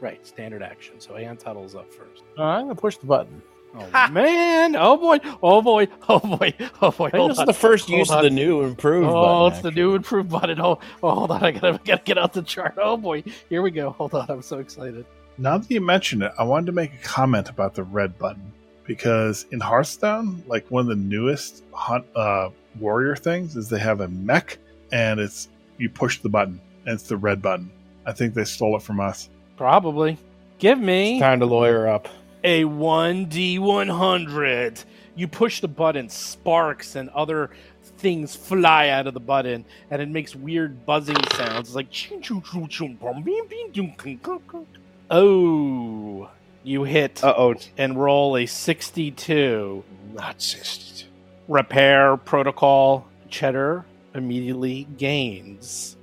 Right, standard action. So Aeon Tuttle is up first.
Uh, I'm gonna push the button.
Oh man! Oh boy! Oh boy! (laughs) Oh boy! Oh boy!
I think
Hold
this
on.
is the first
Hold
use
on.
of the new improved.
Oh,
button,
it's the new
actually.
improved button. Oh, oh, hold on. I (laughs) gotta, gotta get out the chart. Oh boy, here we go. Hold on, I'm so excited.
Now that you mention it, I wanted to make a comment about the red button because in Hearthstone, like one of the newest hunt uh, warrior things is they have a mech, and it's you push the button, and it's the red button. I think they stole it from us.
Probably. Give me
It's time to lawyer up.
a one D one hundred. You push the button, sparks and other things fly out of the button, and it makes weird buzzing sounds. It's like ching, choo, choo, choo, bum, bing, bing, dum, kung, kung, kung. oh, you hit
Uh oh.
and roll a sixty-two.
Not sixty.
repair protocol cheddar immediately gains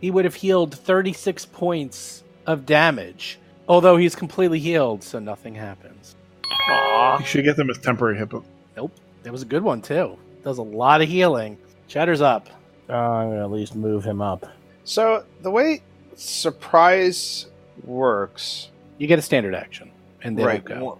he would have healed 36 points of damage although he's completely healed so nothing happens
You should get them as temporary hippo.
that was a good one too does a lot of healing cheddar's up
Uh, I'm gonna at least move him up.
So the way surprise works
you get a standard action and then you go
One,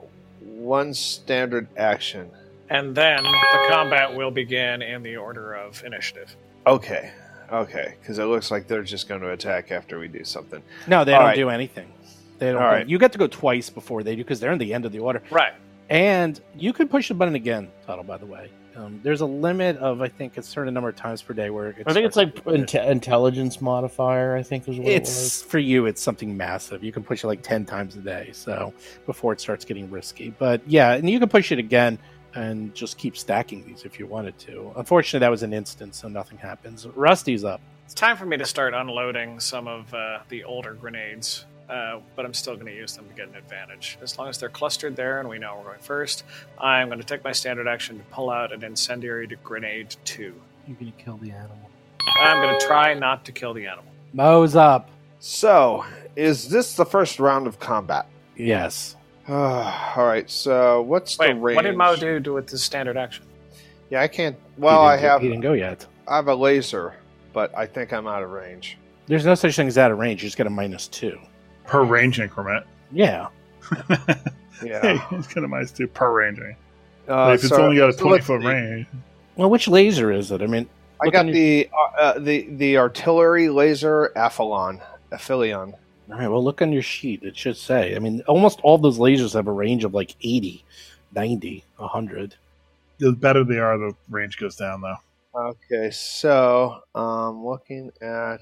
one standard action.
And then the combat will begin in the order of initiative.
Okay. Okay. Because it looks like they're just going to attack after we do something.
no they
All
don't
right.
do anything they don't
All right.
you get to go twice before they do because they're in the end of the order
Right.
And you could push the button again, Tuttle, by the way. Um, there's a limit of, I think, a certain number of times per day where it
I think it's like
starts to-
inte- intelligence modifier. I think is what it was.
It's for you, it's something massive. You can push it like 10 times a day. So before it starts getting risky. But yeah, and you can push it again and just keep stacking these if you wanted to. Unfortunately, that was an instant, so nothing happens. Rusty's up.
It's time for me to start unloading some of uh, the older grenades, uh, but I'm still going to use them to get an advantage. As long as they're clustered there and we know we're going first, I'm going to take my standard action to pull out an incendiary to grenade two.
You're going to kill the animal.
I'm going to try not to kill the animal.
Moe's up.
So, is this the first round of combat? (sighs)
Yes.
all right. So, what's
Wait,
the range?
what did Mo do to with his standard action?
Yeah, I can't.
He
Well, I
didn't go-
have.
He didn't go yet.
I have a laser, but I think I'm out of range.
There's no such thing as out of range. You just get a minus two.
per range increment. (laughs)
Yeah.
Yeah.
it's kind of nice too per range. eh?
(laughs)
Uh,
Like, if it's
so-
only got a
so let's e-,
twenty foot
see.
range,
Well, which laser is it? I mean,
I
Look
got
on your-
the uh, uh, the the artillery laser Aphelion. Aphelion.
All right, well, look on your sheet. It should say. I mean, almost all those lasers have a range of like 80, 90, 100.
the better they are, the range goes down though.
Okay, so um, looking at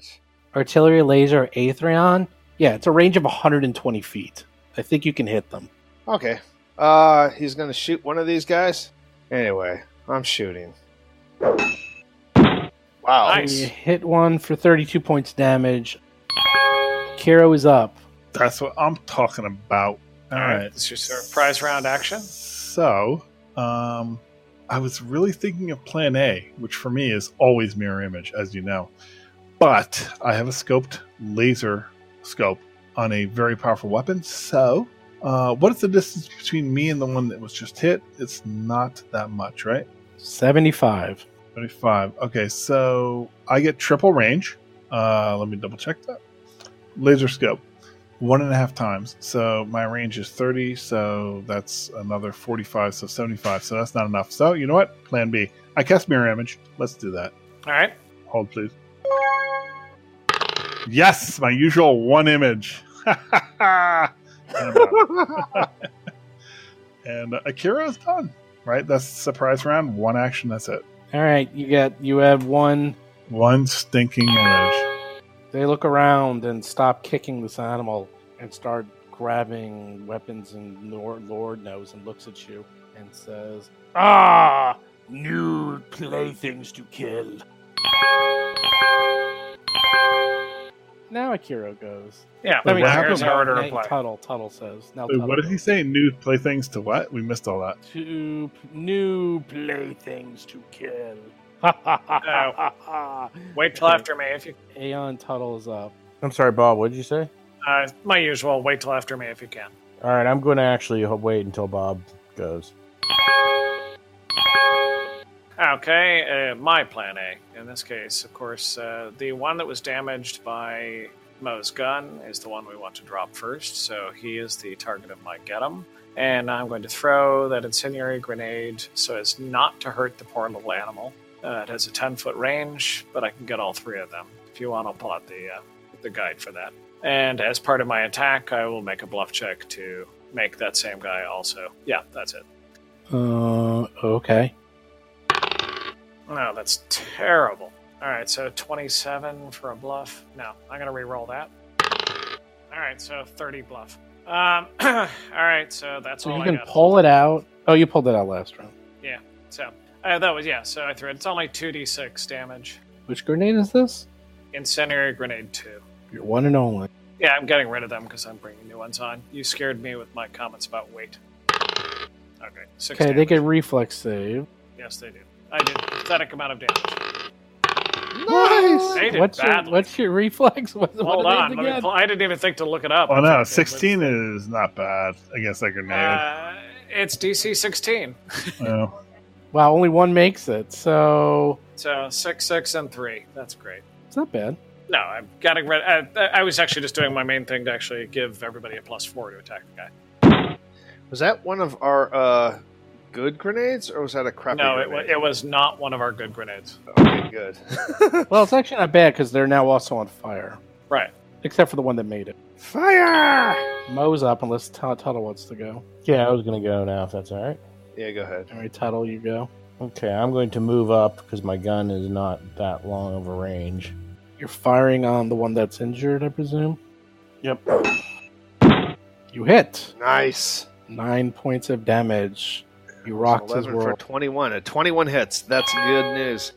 Artillery laser Aetherion? Yeah, it's a range of 120 feet. I think you can hit them.
Okay. Uh, he's gonna shoot one of these guys. Anyway, I'm shooting. Wow.
Nice.
You hit one for 32 points damage. Kiro is up.
That's what I'm talking about. All right.
This is your surprise round action.
So, um, I was really thinking of Plan A, which for me is always mirror image, as you know. But I have a scoped laser scope on a very powerful weapon. So, uh, what is the distance between me and the one that was just hit? It's not that much, right?
75.
25. Okay, so I get triple range. Uh, let me double check that. Laser scope, one and a half times. So my range is 30, so that's another 45, so 75. So that's not enough. So you know what? Plan B. I cast mirror image. Let's do that.
All right.
Hold, please. Yes, my usual one image. (laughs) and about- (laughs) and Akira is done, right? That's surprise round. One action, that's it.
All right, you get you have one.
One stinking image.
They look around and stop kicking this animal and start grabbing weapons and Lord, Lord knows and looks at you and says, "Ah, new playthings to kill." Now Akira goes.
Yeah.
Wait,
I mean,
what
here's
happened?
our order
Nate
of play.
Tuttle, Tuttle says. Now,
Wait,
Tuttle
what did he
goes.
say? New playthings to what? We missed all that.
Two p- new playthings to kill. (laughs)
Uh, Wait till after me if you.
Aeon Tuttle is up.
I'm sorry, Bob. What did you say?
Uh, my usual. Wait till after me if you can.
All right, I'm going to actually ho- wait until Bob goes.
Okay, uh, my plan A. In this case, of course, uh, the one that was damaged by Mo's gun is the one we want to drop first, so he is the target of my get 'em. And I'm going to throw that incendiary grenade so as not to hurt the poor little animal. Uh, it has a 10 foot range, but I can get all three of them. If you want, I'll pull out the, uh, the guide for that. And as part of my attack, I will make a bluff check to make that same guy also. Yeah, that's it.
Uh, okay.
No, Oh, that's terrible. All right, so 27 for a bluff. No, I'm going to re-roll that. All right, so 30 bluff. Um, (clears throat) all right, so that's
So
all
you
I
can
got.
pull it out. Oh, you pulled it out last round.
So uh, that was yeah. So I threw it. It's only 2d6 damage.
Which grenade is this?
Incendiary grenade two.
Your one and only.
Yeah, I'm getting rid of them because I'm bringing new ones on. You scared me with my comments about weight. Okay, six.
Okay, they
damage.
get reflex save.
Yes, they do. I did pathetic amount of damage.
Nice.
They did
what's your
badly.
what's your reflex? What, what
Hold
are they
on, let me
again?
pull, I didn't even think to look it up.
Oh
I
no,
was like, okay,
16 is not bad against that grenade.
Uh, it's DC 16.
Oh.
Wow, only one makes it. So
So six, six, and three. That's great.
it's not bad.
No, I'm getting rid. I, I was actually just doing my main thing to actually give everybody a plus four to attack the guy.
Was that one of our uh, good grenades, or was that a crappy?
no, it, wa-
grenade?
it was not one of our good grenades.
Okay, good. (laughs)
Well, it's actually not bad because they're now also on fire,
Right.
except for the one that made it.
Fire!
Mo's up unless T- Tuttle wants to go.
Yeah, I was going to go now, if that's all right.
Yeah, go ahead.
All right, Tuttle, you go.
Okay, I'm going to move up because my gun is not that long of a range.
You're firing on the one that's injured, I presume.
Yep.
You hit
Nice.
nine points of damage. You rocked his
11 for
world.
21. At 21 hits. That's good news.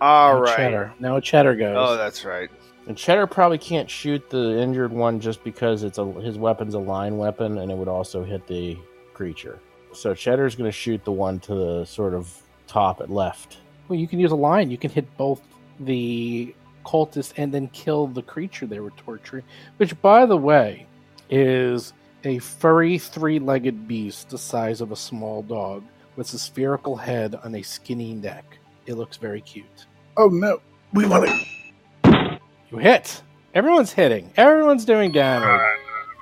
All
now
right.
Cheddar. Now Cheddar goes.
Oh, that's right.
And Cheddar probably can't shoot the injured one just because it's a his weapon's a line weapon and it would also hit the creature. So Cheddar's going to shoot the one to the sort of top at left.
Well, you can use a line. You can hit both the cultist and then kill the creature they were torturing, which, by the way, is a furry three legged beast the size of a small dog with a spherical head on a skinny neck. It looks very cute.
oh no, we want to.
You hit! Everyone's hitting, everyone's doing damage.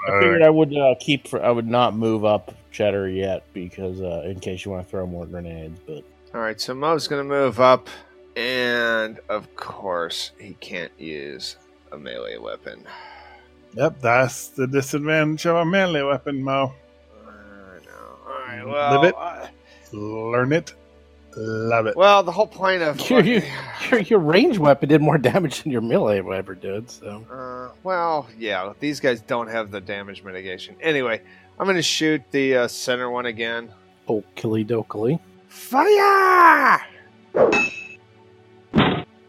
I figured I would uh, keep. I would not move up Cheddar yet because uh, in case you want to throw more grenades. But
All right, so Mo's going to move up. And, of course, he can't use a melee weapon.
Yep, that's the disadvantage of a melee weapon, Mo.
I know. All
Mm,
right,
Live
well.
it.
I-
Learn it, love it.
well, the whole point
(laughs)
of.
Your, your, (laughs) your, your range weapon did more (laughs) damage than your melee ever did, so.
Uh, well, yeah, these guys don't have the damage mitigation. Anyway, I'm going to shoot the uh, center one again.
Oh, killy dokily.
Fire!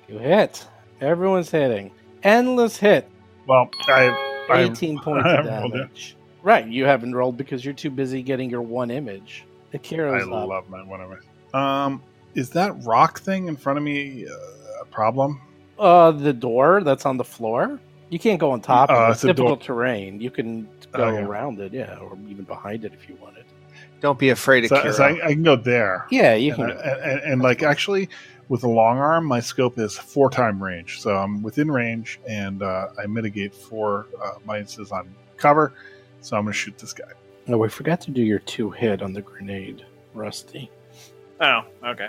You hit. Everyone's hitting. Endless hit.
Well, I, I
18 points
I
of
(laughs) rolled it.
damage. Right, you haven't rolled because you're too busy getting your one image.
I
Akira's up.
love my one of it. Um, is that rock thing in front of me uh, a problem?
Uh, the door that's on the floor. You can't go on top.
Uh,
of it.
it's
it's
a
difficult
door. Oh,
terrain. You can go
Okay.
around it, yeah, or even behind it if you wanted.
Don't be afraid of
So,
Kira.
so I, I can go there.
Yeah, you
and,
can.
I- and, and, like actually, with a long arm, my scope is four time range, so I'm within range, and uh, I mitigate four uh, minuses on cover. So I'm gonna shoot this guy.
No, we forgot to do your two hit on the grenade, Rusty.
Oh, okay.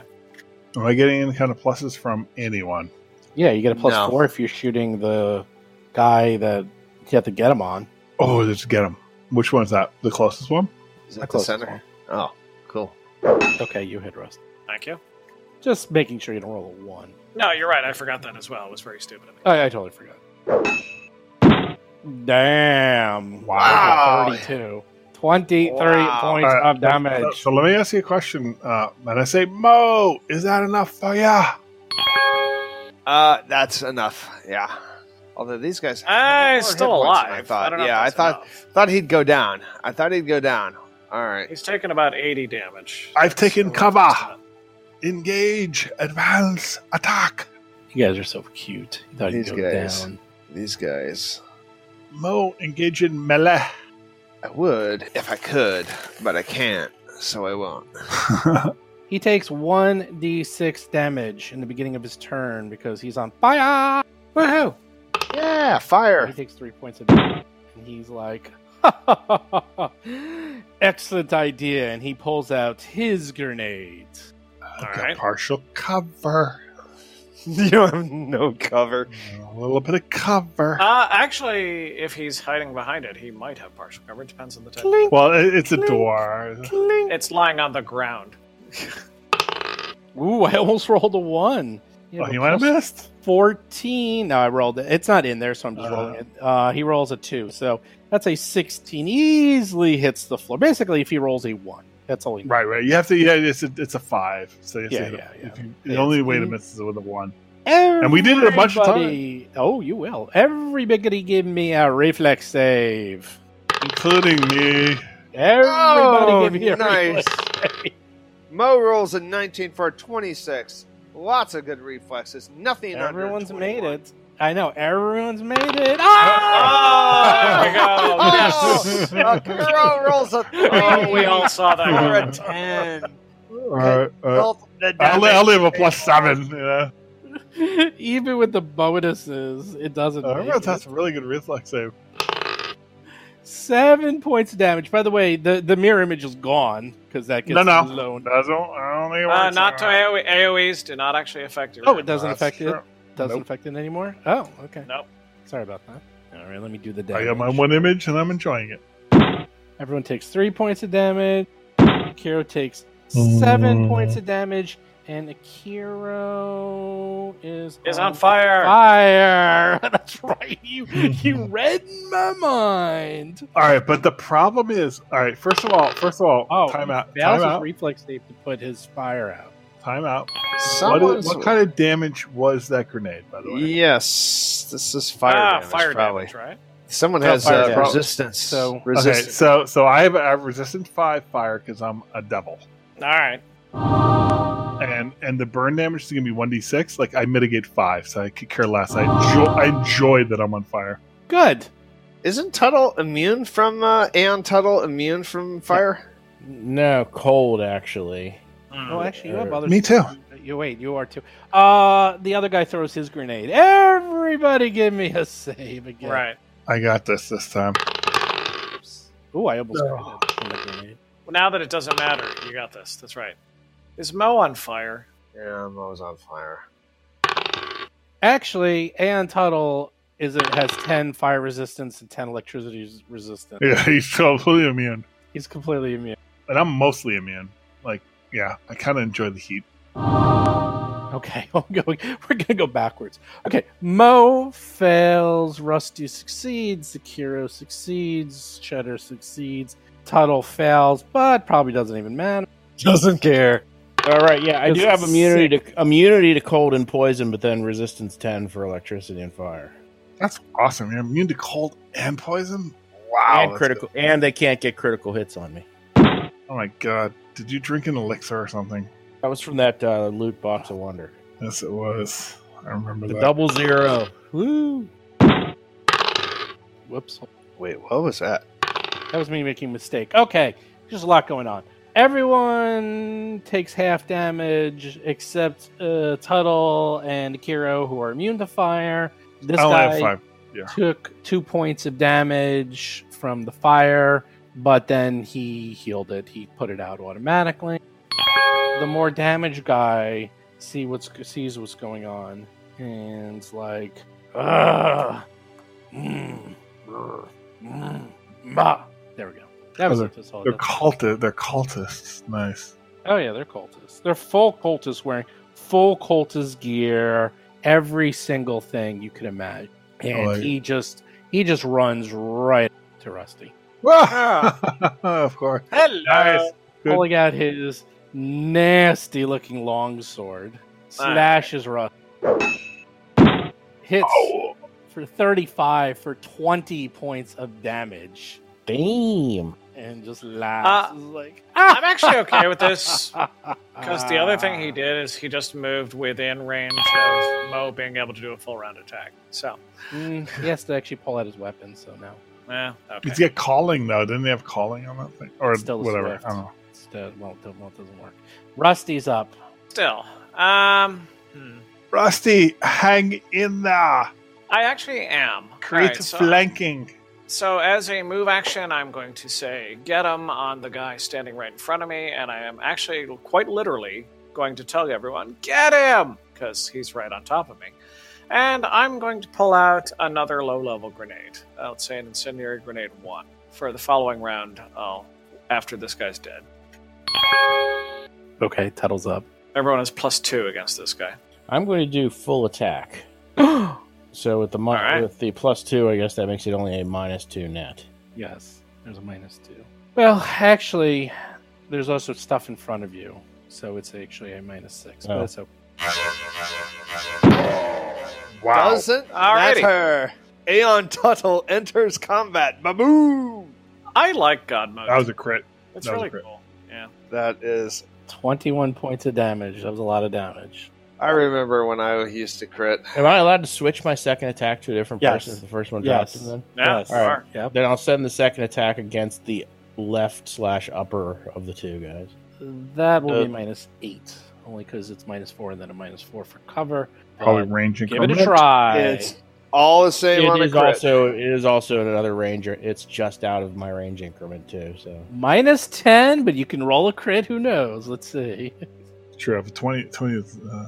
Am I getting any kind of pluses from anyone?
Yeah, you get a plus
No.
four if you're shooting the guy that you have to get him on.
Oh, just get him. Which one's that? The closest one?
Is
The
that the
closest
center? Oh, cool.
one. Okay, you hit Rusty.
Thank you.
Just making sure you don't roll a one.
No, you're right. I forgot that as well. It was very stupid of me.
I, I totally forgot. Damn.
Wow.
32. 23
Wow.
points
All right,
of
So,
damage.
so let me ask you a question, uh, and I say, Mo, is that enough for ya?
Uh, that's enough. Yeah. Although these guys,
Ah,
more
he's
hit
still
points than
alive.
I thought.
I don't know if
yeah, I
that's
thought
enough.
thought he'd go down. I thought he'd go down. All right.
He's taken about 80 damage.
I've taken
That's
cover.
enough.
Engage, advance, attack.
You guys are so cute. You thought you'd
These
go
guys.
down.
These guys.
Mo, engage in melee.
I would if I could, but I can't, so I won't.
He takes 1d6 damage in the beginning of his turn because he's on fire. Woohoo!
Yeah,
He
fire. (laughs)
takes three points of damage. And he's like, excellent idea. And he pulls out his grenade.
I got
right.
partial cover.
you don't have no cover.
A little bit of cover.
Uh, actually, if he's hiding behind it, he might have partial cover. It depends on the type.
Clink,
well, it, it's a
clink,
door.
clink.
It's lying on the ground.
Ooh, I almost rolled a one. You
Oh,
have
he
a
might have
plus
missed.
14. No, I rolled it. It's not in there, so I'm just
Uh-huh.
rolling it. Uh, he rolls a two. So that's a 16. Easily hits the floor. Basically, if he rolls a one, that's all he
Right, right. You have to. Yeah, it's a, it's a five. So you have
Yeah,
to hit
yeah,
a,
yeah.
If you, the
It's-
only way to miss is with a one.
Everybody,
we did it a bunch of
Oh, you will. Everybody give me a reflex save.
including me.
Everybody
Oh,
give me a
nice.
reflex save.
Mo rolls a 19 for a 26. Lots of good reflexes. Nothing. under
Everyone's made
21.
it. I know. Everyone's made it. Ah!
Oh, there we go.
Oh,
Yes.
(laughs) Akira
(laughs)
rolls a three.
Oh, we all
(laughs)
saw that.
for a
coming.
ten.
Uh, All right, all right.
Both the
I'll,
damage
I'll leave a plus seven. Yeah,
(laughs) Even with the bonuses, it doesn't.
uh,
make
everyone's
it.
has a really good reflex save.
Seven points of damage. By the way, the, the mirror image is gone because that gets
No, no,
loaned.
Doesn't. I don't think it
Uh,
works
not to
that way.
AOE, AoEs do not actually affect your.
Oh, it doesn't
That's
affect it.
true.
Doesn't
Nope.
affect it anymore. Oh, okay.
Nope.
Sorry about that. All right, let me do the damage.
I got my one image and I'm enjoying it.
Everyone takes three points of damage. Akiro takes seven
Mm.
points of damage, and Akiro is
Is on fire.
Ah,
Fire. (laughs) That's right.
(laughs)
You you redden my mind.
All right, but the problem is, all right. First of all, first of all,
Oh,
time out,
That
time
was his
out,
reflex save to put his fire out.
time out. What,
Someone's-
is, what kind of damage was that grenade, by the way?
Yes, this is fire
ah,
damage.
fire
probably.
damage, right?
Someone
Oh,
has
fire
uh,
damage.
resistance.
So-
Okay,
resistance.
so so I have I have resistance five fire because I'm a devil,
All right.
and and the burn damage is gonna be one d six. Like I mitigate five, so I could care less. I enjoy, I enjoy that I'm on fire.
Good.
Isn't Tuttle immune from uh, Aeon Tuttle immune from fire?
No, cold actually.
Mm.
Oh, actually, you have
Uh,
others.
me too.
You wait. You are too. Uh, the other guy throws his grenade. Everybody, give me a save again.
Right.
I got this this time. (laughs)
Ooh, I almost.
Oh.
crit on the grenade.
Well, now that it doesn't matter, you got this. That's right. Is Mo on fire?
Yeah, I'm always on fire.
Actually, Aeon Tuttle is it has ten fire resistance and ten electricity res- resistance.
Yeah, (laughs) he's totally immune,
He's completely immune.
and I'm mostly immune. Like yeah, I kind of enjoy the heat.
Okay, (laughs) I'm going. We're gonna go backwards. Okay, Mo fails. Rusty succeeds. Sekiro succeeds. Cheddar succeeds. Tuttle fails, but probably doesn't even matter.
Doesn't care. All right, yeah, I do
This
have
is
immunity to immunity to cold and poison, but then resistance ten for electricity and fire.
Oh, That's awesome. You're immune to cold and poison.
Wow.
and
that's
critical, and they can't get critical hits on me.
Oh my god. Did you drink an elixir or something?
That was from that uh, loot box of wonder.
Yes, it was. I remember
The
that.
double zero. Woo!
Whoops.
good. Wait, what was that?
That was me making a mistake. Okay, there's a lot going on. Everyone takes half damage except uh, Tuttle and Kiro, who are immune to fire. This
I only
guy
have five.
took two points of damage from the fire, but then he healed it. He put it out automatically. The more damage guy see what's sees what's going on and is like, Ugh. Mm. Brr. Mm. Bah." there we go. That was
Oh,
it. That's all I
They're
did.
culti- They're cultists. Nice.
Oh yeah, they're cultists. They're full cultists wearing full cultist gear, every single thing you could imagine. And
like
he just he just runs right to Rusty,
(laughs) of course.
Hello.
Nice. Good.
pulling out his nasty looking longsword, slashes Rusty, hits
Oh.
for thirty five for twenty points of damage,
Damn.
and just laughs.
Uh,
It's like
I'm actually okay with this because the other thing he
did.
did is he just moved within range of Mo being able to do a full round attack. So,
Mm, he has to actually pull out his weapon, so now
eh, okay.
He's got calling though. Didn't they have calling on that thing or
Still a
whatever?
swift.
I don't know.
It's the- well, it well, it doesn't work. Rusty's up.
Still, um, hmm.
Rusty, hang in there.
I actually am.
Create
Alright, so-
flanking.
So, as a move action, I'm going to say get him on the guy standing right in front of me, and I am actually quite literally going to tell everyone, get him! Because he's right on top of me. And I'm going to pull out another low level grenade. I'll say an incendiary grenade one. For the following round, I'll, after this guy's dead.
Okay, Tuttle's up.
Everyone is plus two against this guy.
I'm going to do full
(gasps)
attack. So with the mi-
All right.
with the plus two, I guess that makes it only a minus two net.
yes, there's a minus two. Well, actually, there's also stuff in front of you, so it's actually a minus six. But
Oh.
it's okay.
Wow.
Doesn't
Alrighty.
matter. Aeon Tuttle enters combat. Baboom!
I like God mode.
That was a crit.
it's
that was
really
a crit.
cool.
That is.
Twenty-one points of damage. That was a lot of damage.
I remember when I used to crit.
Am I allowed to switch my second attack to a different
Yes.
person if the first one
Yes.
drops? Then
Yeah,
Yes.
all right.
Yep.
then I'll send the second attack against the left slash upper of the two guys.
That will
Uh,
be minus eight, only because it's minus four and then a minus four for cover.
Probably
But
ranging.
Uh, give it a
combat.
try.
It's all the
It
same on a
is
crit.
also it is also in another ranger. It's just out of my range increment too. So
minus ten, but you can roll a crit. Who knows? Let's see.
Sure, if a 20, 20 is uh,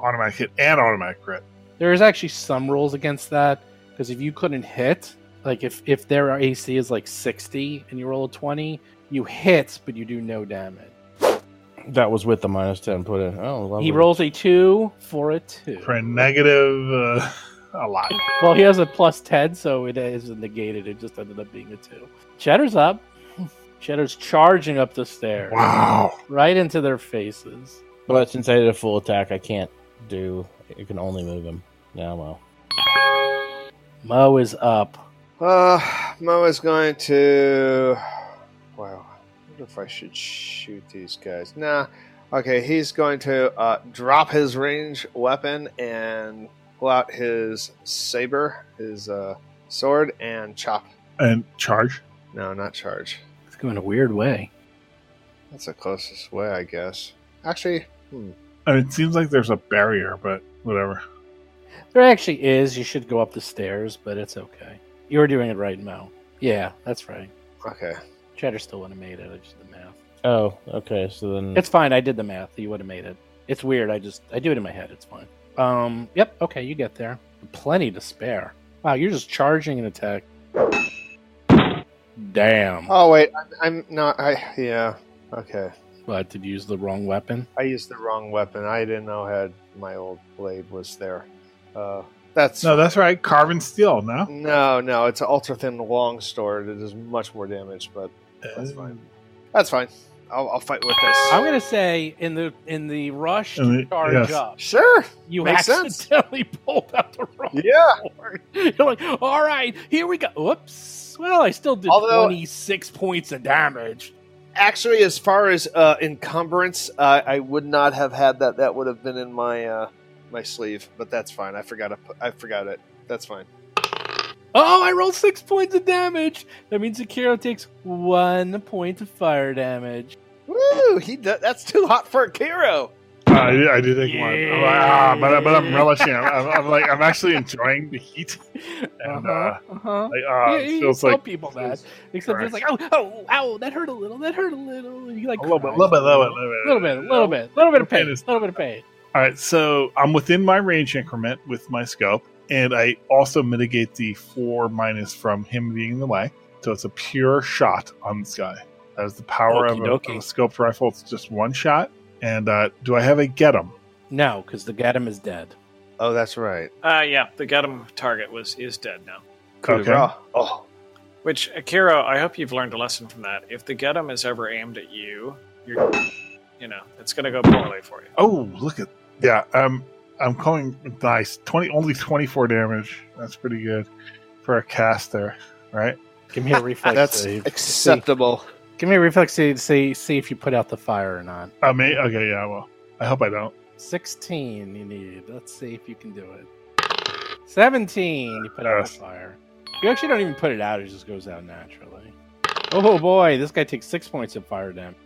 automatic hit and automatic crit.
There is actually some rules against that because if you couldn't hit, like if if their AC is like 60 and you roll a 20, you hit but you do no damage.
that was with the minus ten put in. Oh, lovely.
He rolls a 2 for a 2.
For a negative, uh, (laughs) a lot.
Well, he has a plus 10 so it is negated. It just ended up being a 2. Cheddar's up. (laughs) Cheddar's charging up the stairs.
Wow.
Right into their faces.
But since I did a full attack, I can't do. You can only move him. Now, well,
Mo is up.
Uh, Mo is going to. Wow. I wonder if I should shoot these guys. Nah. Okay, he's going to uh, drop his range weapon and pull out his saber, his uh, sword, and chop.
And charge.
No, not charge.
It's going a weird way.
That's the closest way, I guess. Actually, hmm.
I mean, it seems like there's a barrier, but whatever.
There actually is. You should go up the stairs, but it's okay. You're doing it right, Mo. Yeah, that's right.
okay.
Cheddar still wouldn't have made it. I just did the math.
oh, okay. So
Hmm.
then,
It's fine. I did the math. You would have made it. It's weird. I just I do it in my head. It's fine. Um. Yep. Okay. You get there. Plenty to spare. Wow. You're just charging an attack. Damn.
Oh wait, I'm, I'm not. I yeah. Okay,
But did you use the wrong weapon?
I used the wrong weapon. I didn't know had my old blade was there. Uh, that's
No, that's right. Carbon steel, no?
No, no, it's an ultra thin long sword. It does much more damage, but that's
Mm.
fine. That's fine. I'll, I'll fight with this.
I'm gonna say in the in the rush
In
to
the-
charge
yes.
up,
sure.
you
Makes
(laughs)
sense.
accidentally pulled out the wrong
Yeah.
sword. You're like, all right, here we go. Whoops. six. Well, I still did
Although-
26 points of damage.
Actually, as far as uh, encumbrance, uh, I would not have had that. That would have been in my uh, my sleeve, but that's fine. I forgot. To put, I forgot it. That's fine.
Oh, I rolled six points of damage. That means Akira takes one point of fire damage.
Woo! He do- that's too hot for a Kiro.
Uh, I, I do take one. I'm like, ah, but, I- but I'm relishing. it. I'm, I'm like, I'm actually enjoying the heat. And uh,
uh-huh.
like, ah,
yeah,
it
you
feels
tell
like
people that.
feels-
Except it's like,
correct.
oh, oh, ow, that hurt a little, that hurt a little. And you like
a little bit, a
cry.
little bit, a little bit, a
little
little bit.
bit, little bit, little bit of pain,
Pain is-
little bit of pain.
All right, so I'm within my range increment with my scope, and I also mitigate the four minus from him being in the way. So it's a pure shot on this guy. That is the power of a, of a
Okey-dokey.
scoped rifle. It's just one shot. And uh, do I have a get him?
No, because the Gatum is dead.
Oh, that's right.
Uh, yeah, the get 'em target was is dead now.
Coup de
Okay.
grace. Oh,
Which Akira, I hope you've learned a lesson from that. If the get 'em is ever aimed at you, you're, you know, it's gonna go poorly for you.
Oh, look at yeah. Um, I'm calling nice. Twenty only twenty four damage. That's pretty good for a caster, right?
Give me (laughs) a reflex
that's
save.
acceptable.
Give me a reflex save to see, see if you put out the fire or not.
I mean, okay, yeah. Well, I hope I don't. (laughs)
16 you need. Let's see if you can do it. 17 you put out
Yes.
the fire. You actually don't even put it out, it just goes out naturally. Oh boy, this guy takes six points of fire damage.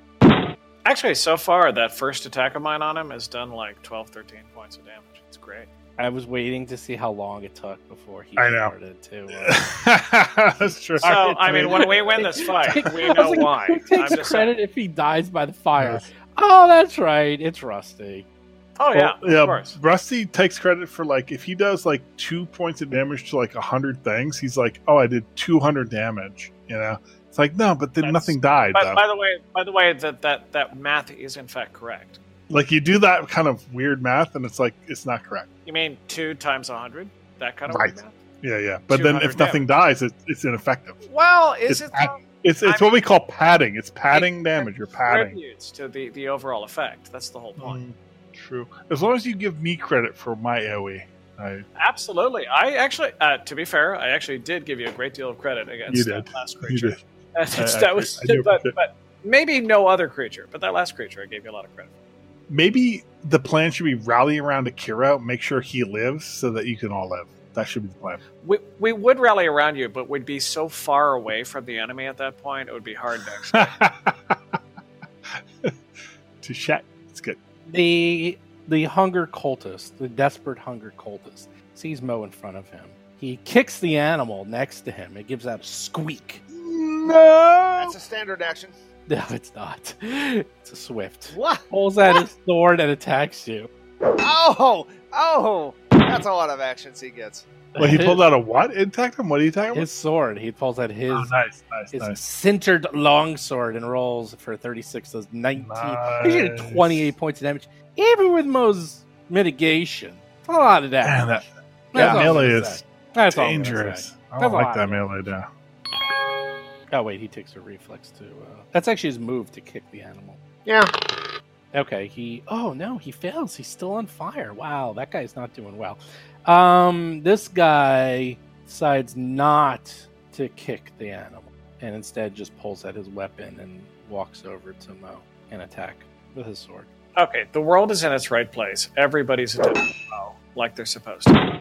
Actually, so far that first attack of mine on him has done like 12, 13 points of damage. It's great.
I was waiting to see how long it took before he
I know.
started
(laughs)
to. uh,
That's true.
So I mean, when we
(laughs)
win this fight, we know why.
Who takes
I'm just
credit
saying.
if he dies by the fire? Oh, that's right. It's Rusty.
Oh yeah,
Well, yeah,
of course.
Rusty takes credit for like if he does like two points of damage to like a hundred things, he's like, "Oh, I did two hundred damage." You know, it's like no, but then
That's-
nothing died
By,
though.
by the way, by the way, that that that math is in fact correct.
like you do that kind of weird math, and it's like it's not correct.
You mean two times hundred? That kind of
Right.
math.
Yeah, yeah. But then if
200
nothing dies, it, it's ineffective.
Well,
It's
is it
ac-
though?
It's
I
it's what we call padding. It's padding
It
damage. You're padding.
Contributes to the the overall effect. That's the whole point.
Mm, true. As long as you give me credit for my AOE, I,
Absolutely. I actually, uh, to be fair, I actually did give you a great deal of credit
You
against that
did.
last
you
creature.
did.
(laughs) That's-
I- I-
that was,
I do
(laughs) but,
appreciate-
but maybe no other creature. But that last creature, I gave you a lot of credit.
maybe the plan should be rally around Akira, make sure he lives, so that you can all live. That should be the plan. (laughs)
We, we would rally around you, but we'd be so far away from the enemy at that point, it would be hard to.
to chat, it's good.
The the hunger cultist, the desperate hunger cultist, sees Mo in front of him. He kicks the animal next to him. It gives out a squeak.
No,
That's a standard action.
(laughs) No, it's not. It's a swift.
(laughs) What?
Pulls out his sword and attacks you.
Oh, oh, that's a lot of actions he gets. (sighs)
well, he pulled out a what? Intact him? What are you talking about?
his sword. He pulls out his
Oh, nice, nice,
his
nice.
centered longsword and rolls for 36 does 19 He did
Nice.
28 points of damage even with mo's mitigation a lot of
Man,
damage
that,
That's
that
all I'm
melee
gonna
is
say. That's all I'm gonna
dangerous.
say.
I
That's
don't
a
like
lot.
that melee down.
oh wait he takes a reflex to uh, that's actually his move to kick the animal
Yeah.
okay he oh no he fails he's still on fire wow that guy's not doing well um this guy decides not to kick the animal and instead just pulls out his weapon and walks over to mo and attack with his sword
Okay, the world is in its right place. Everybody's doing well, like they're supposed to.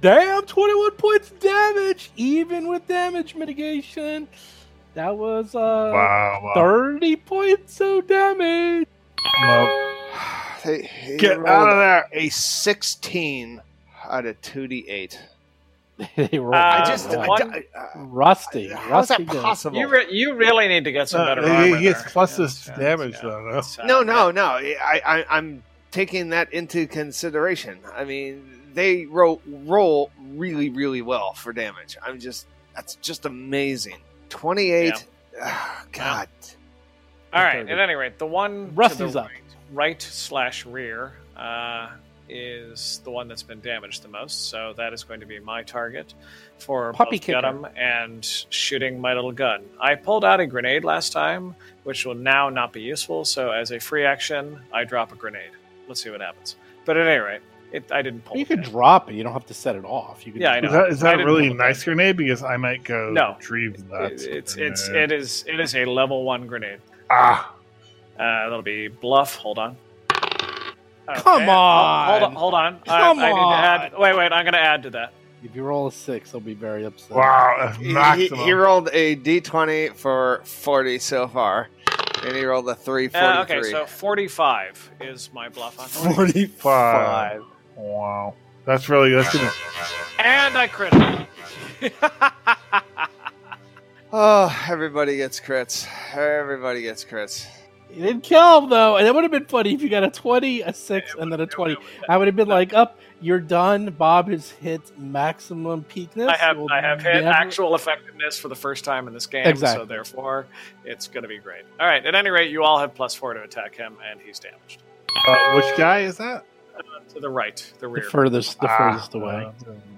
Damn, 21 points of damage, even with damage mitigation. That was uh
Wow, wow.
30 points of damage.
Well,
He- he
Get
rolled
out of there.
A sixteen out of two d eight.
(laughs) they rolled
I
I
Uh,
just I,
one-
I, I,
rusty.
how is that
Rusty goes-
possible?
You re- you really need to get some better
Uh,
armor.
he gets
there.
pluses
Yes, yes,
damage
yeah.
though. though.
So-
no, no, no. I, I I'm taking that into consideration. I mean, they ro- roll really, really well for damage. I'm just that's just amazing. Twenty eight. (sighs) God.
All right. At any rate, the one to
Rusty's
the
up.
right, right slash rear uh, is the one that's been damaged the most. So that is going to be my target for
Puppy
both Gundam and shooting my little gun. I pulled out a grenade last time, which will now not be useful. So as a free action, I drop a grenade. Let's see what happens. But at any rate, It, I didn't pull.
You
it
can
down.
drop it. You don't have to set it off. You can
Yeah, I know.
Is that, is
I
that
didn't
really
know that.
nice grenade? Because I might go
No.
retrieve that.
It- it's it's
grenade.
it is it is a level one grenade.
ah.
Uh, that'll be bluff. Hold on.
Come
Okay, I'll- Hold
on.
on. Hold on. I-
Come
I, need
on.
to add. Wait, wait. I'm going to add to that.
If you roll a six, I'll be very upset.
Wow, that's
He,
maximum.
he rolled a d20 for 40 so far, and he rolled a 3
Uh, okay,
43.
so 45 is my bluff on.
Forty-five. Wow, that's really that's gonna.
And I crit.
Oh, everybody gets crits. Everybody gets crits.
You didn't kill him though, and it would have been funny if you got a twenty, a six, and then a twenty. I would have been like, "Up, you're done." Bob has hit maximum peakness.
I have
You'll
I have hit
never-
actual effectiveness for the first time in this game, so
Exactly.
therefore it's going to be great. All right. At any rate, you all have plus four to attack him, and he's damaged.
Uh, which guy is that?
To the right, the
the
rear.
furthest, the
Ah,
furthest away.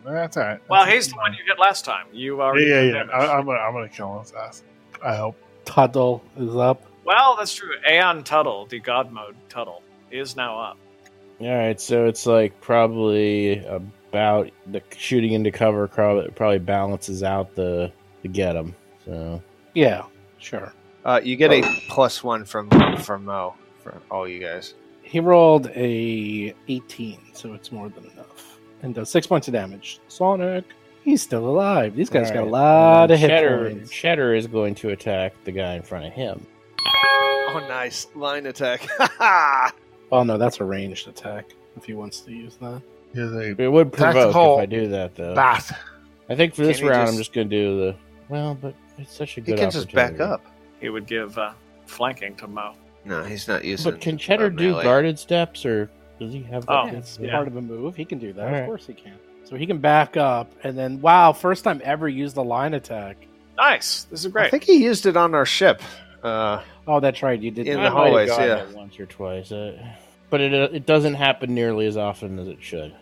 uh, that's all right.
well,
That's
he's the one
fine.
you hit last time. You are
yeah, yeah, yeah. I, I'm gonna, I'm gonna kill his ass. I hope.
Tuttle is up.
Well, that's true. Aeon Tuttle, the God Mode Tuttle, is now up.
All right, so it's like probably about the shooting into cover prob- probably balances out the the get them. So
Yeah, sure.
Uh, you get a plus one from from Mo for all you guys.
He rolled a eighteen, so it's more than enough, and does six points of damage. Sonic, he's still alive. These guys got a
Alright,
lot
uh,
of hit
Cheddar,
points.
Cheddar is going to attack the guy in front of him.
Oh, nice line attack. (laughs)
Oh no, that's a ranged attack. If he wants to use that,
He's a
It would provoke
Tactical
if I do that though.
bat.
I think for this
Can he
round,
just-
I'm just going to do the well, but it's such a
he
good.
can just back
opportunity.
up.
He would give uh, flanking to Mo.
No, he's not using.
But can Cheddar
uh,
do
melee.
guarded steps, or does he have?
Oh,
that?
it's
yeah.
part of a move. He can do that.
Alright.
Of course he can. So he can back up, and then wow, first time ever used the line attack.
Nice. This is
I
great.
think he used it on our ship. Uh,
Oh, that's right. You did.
In
do
I
the
that.
might have
hallways,
gotten
yeah.
it once or twice. Uh, but it it doesn't happen nearly as often as it should.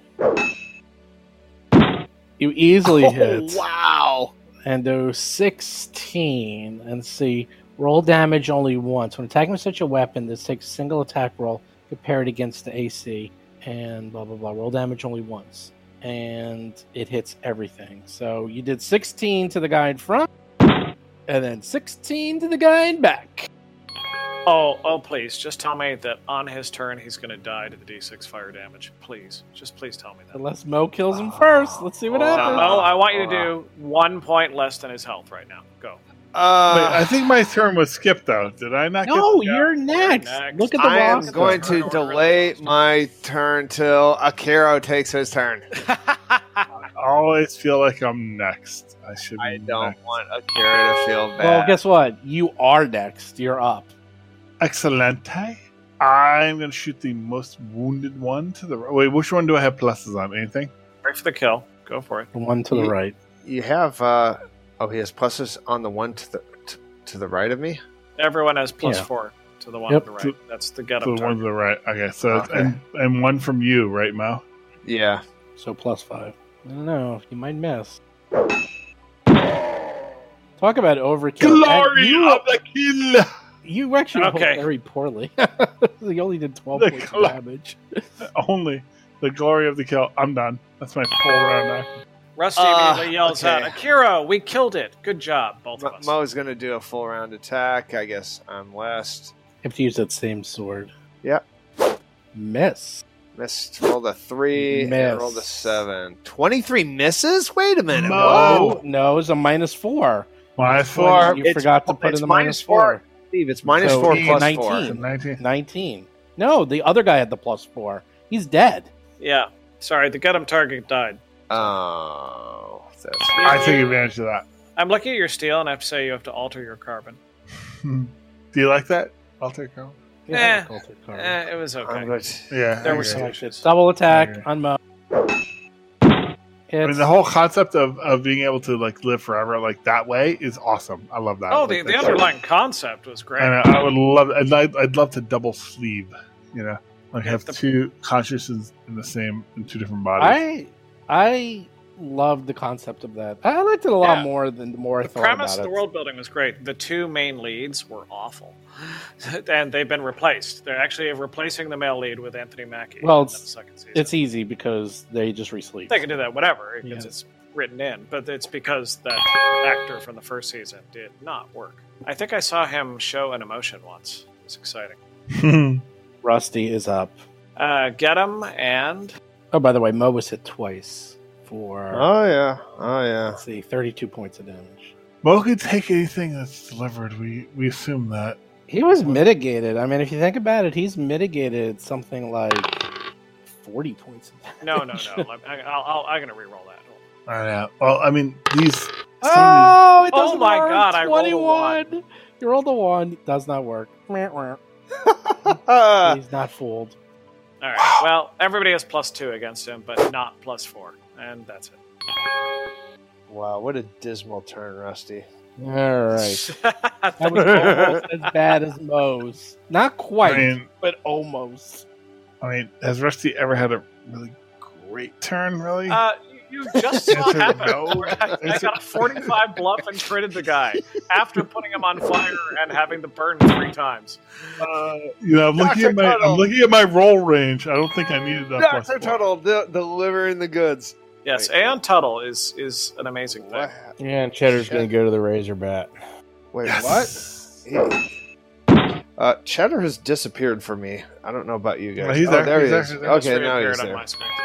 You
(laughs)
easily hit
Oh, wow!
and do sixteen. And see, roll damage only once when attacking with such a weapon. This takes a single attack roll compared against the AC, and blah blah blah. Roll damage only once, and it hits everything. So you did sixteen to the guy in front, and then sixteen to the guy in back.
Oh, oh, please, just tell me that on his turn he's going to die to the d6 fire damage. Please, just please tell me that.
Unless Mo kills him first. Let's see what
Oh.
Uh,
happens.
Mo, I want you to do one point less than his health right now. Go.
Wait,
Uh,
I think my turn was skipped though. Did I not?
No,
get,
you're next.
next.
Look at the
I am
roster.
going
Turn
to
order
delay
of the roster.
my turn till Akiro takes his turn.
I always feel like I'm next. I should.
I
be
don't
next.
want Akira to feel bad.
Well, guess what? You are next. You're up.
Excelente. I'm gonna shoot the most wounded one to the right. Wait, which one do I have pluses on? Anything?
Right for the kill. Go for it.
The one to the
You-
right.
you have. Uh, oh, he has pluses on the one to the to, to the right of me.
Everyone has plus
Yeah.
four to the one
Yep.
on the right. That's the get
To the
up
one to
target.
the right. Okay, so it's-
Okay.
and and one from you, right, Mo?
Yeah.
So plus five. I don't know. You might miss. Talk about overkill. And
Glory
You,
of the kill.
you actually rolled
Okay.
very poorly. (laughs) you only did 12
The
points of
glo-
damage.
(laughs) Only the glory of the kill. I'm done. That's my full round now.
Rusty
Ah,
immediately yells
okay.
out, Akira, we killed it. Good job, both
Mo-
of us.
Mo's going to do a full round attack. I guess I'm last.
Have to use that same sword.
Yep.
Miss.
Missed. Rolled a three.
Miss.
And rolled a seven. 23 misses? Wait a minute.
Mo.
What?
No, Oh, no, it's a minus four.
My
four.
four.
You
It's-
forgot to put
it's
in the
minus
minus
four.
four.
Steve, it's minus
So
four
he-
plus
19.
four.
Nineteen.
19. No, the other guy had the plus four. He's dead.
Yeah. Sorry, the get him target died.
Oh. That's
I take advantage of that. (laughs)
I'm looking at your steel, and I have to say you have to alter your carbon.
Hmm. Do you like that? I'll take that. one.
He had
Eh,
a cultic card.
Eh, it was
I'm
okay.
good.
Yeah.
There
I
were
agree.
some
Like
actions.
this. Double attack
Okay.
on Mo.
I
It's,
mean, the whole concept of, of being able to like live forever like that way is awesome. I love that.
Oh,
Like,
the, the
that's-
underlying concept was great.
And I, I would love. I'd, like- I'd love to double sleeve. You know, like have
the-
two consciousness in the same in two different
I
bodies.
I loved the concept of that. I I liked it a lot
Yeah.
more than the more I
The
thought
premise
about
of the
it.
world building was great. The two main leads were awful, (laughs) and they've been replaced. They're actually replacing the male lead with Anthony Mackie.
Well,
in the
it's-
second season.
It's easy because they just re-sleep.
they can do that whatever because
Yeah.
it's written in but it's because that actor from the first season did not work i think i saw him show an emotion once it was exciting
(laughs)
Rusty is up.
uh, get him and
Oh, by the way, Mo was hit twice for
Oh yeah, oh yeah. (laughs)
let's see, thirty-two points of damage.
Mo could take anything that's delivered. We we assume that.
He was mitigated. I mean, if you think about it, he's mitigated something like forty points. Of damage. (laughs)
no
(laughs)
no no I'm, I- I'll, I'll, I'm gonna re-roll that
All right. yeah. Well, I mean these. some of these-
Oh, it
Oh
doesn't
my
work.
God, I rolled a
21. You rolled a one. It does not
(laughs)
work. He's not fooled.
all right well everybody has plus two against him but not plus four and that's it
wow, what a dismal turn, Rusty.
All right.
(laughs)
That was almost as bad as Moe's. Not quite,
I mean,
but almost.
I mean, has Rusty ever had a really great turn? Really?
uh, you you just saw
Answer
happen
no.
(laughs) I got a 45 bluff and critted the guy after putting him on fire and having the burn three times.
Uh, you know, I'm looking
Dr.
at my
Tuttle.
I'm looking at my roll range. I don't think I needed that. plus
Doctor
one.
Tuttle de- delivering the goods.
Yes,
Wait.
Aeon Tuttle is is an amazing thing.
What?
Yeah, and Cheddar's going to go to the Razorbat.
Wait,
Yes.
what? He- Uh, Cheddar has disappeared for me. I don't know about you guys.
No, he's
oh,
there.
there
He's
he
actually
is.
there.
Just
Okay, now
reappeared
he's
on
there.
my screen, too.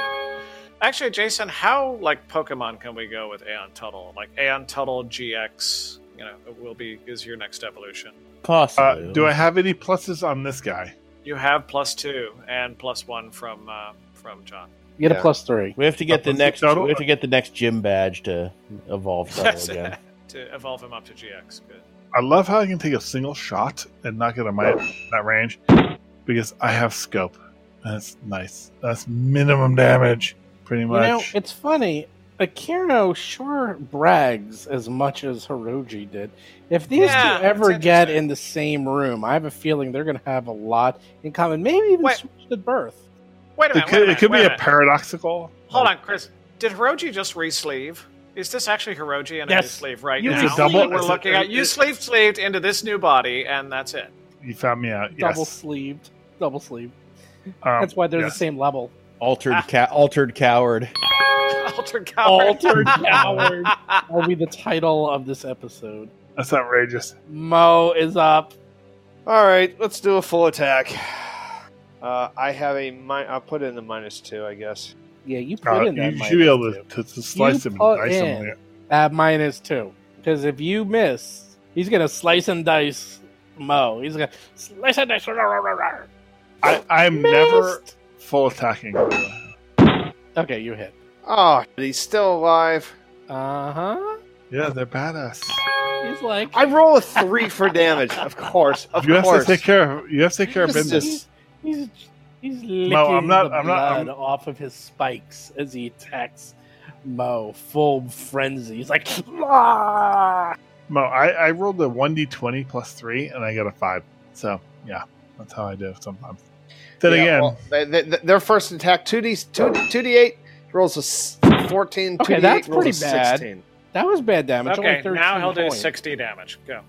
Actually, Jason, how like Pokemon can we go with Aeon Tuttle? Like Aeon Tuttle GX, you know, it will be is your next evolution.
Uh,
Possibly.
do I have any pluses on this guy?
You have plus two and plus one from uh, from John.
You get
Yeah.
a plus three.
We have to get the
Upper
next.
Tuttle?
We have to get the next gym badge to evolve Tuttle
Yes.
again.
to evolve him up to GX. Good.
I love how I can take a single shot and not get on my that range because I have scope. That's nice. That's minimum damage, pretty
You know,
much.
it's funny. Akiro sure brags as much as Hiroji did. If these
Yeah,
two ever
it's
get
interesting.
in the same room, I have a feeling they're going to have a lot in common. Maybe even
Wait.
switch at birth.
Wait a
it
minute.
could,
wait a
it could be
minute, wait
a
minute.
paradoxical.
Hold on, Chris. Did Hiroji just re-sleeve? Is this actually Hiroji in a new
Yes.
sleeve right
You
now?
It's a double-
We're
it's a-
looking at you
it-
sleeve sleeved into this new body, and that's it.
You found me out.
Double
Yes.
sleeved. Double sleeved.
Um,
That's why they're
yes.
the same level.
Altered, ca- altered coward.
Altered Coward.
Altered Coward. Will be the title of this episode.
That's outrageous.
Mo is up.
All right, let's do a full attack. Uh, I have a mi- I'll put in the minus two, I guess.
Yeah, you put
Uh,
in that
you
minus
should be able to,
two.
to, to slice
You
him and
put
dice him.
in-
there.
At minus two. Because if you miss, he's going to slice and dice Mo. He's going to slice and dice.
I, I'm never full attacking.
Okay, you hit.
Oh, but he's still alive.
Uh huh.
Yeah, they're badass.
He's like,
I roll a three for damage, of course, of
you
course.
have to take care of. You have to take care of
This is
business.
just-
he's he's licking
I'm not-
the
I'm not-
blood
I'm-
off of his spikes as he attacks Mo, full frenzy. He's like, "Ah!"
Mo, I, I rolled a one d twenty plus three, and I got a five. So yeah, that's how I do it sometimes. Then
Yeah,
again,
well, they, they, their first attack two d two two d eight rolls a s- fourteen.
Okay,
2D8
that's
rolls a
pretty bad.
16.
that was bad damage.
okay,
only 13
now he'll do
points.
60 damage. Go.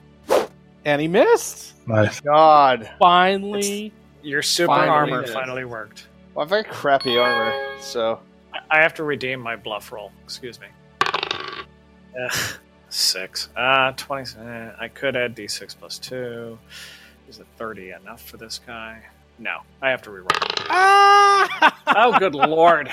and he missed.
nice.
God,
Finally,
Your super
Finally
armor
did.
finally worked.
well, I've got crappy armor, so
I- I have to redeem my bluff roll. Excuse me. Uh, six. Uh, 20. eh, I could add d6 plus two. Is a 30 enough for this guy? No, I have to reroll. oh, good lord.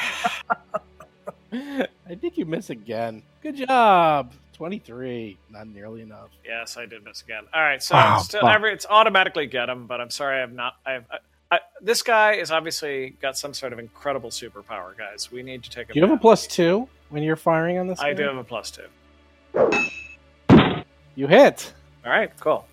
I think you miss again. Good job. 23. Not nearly enough.
Yes, I did miss again. All right, so
Oh,
I'm still,
fuck.
every, it's automatically get him, but I'm sorry, I've not. I've I, I, this guy is obviously got some sort of incredible superpower, guys. We need to take.
Do you have a
bath.
plus two when you're firing on this?
I
guy?
do have a plus two.
You hit.
All right, cool.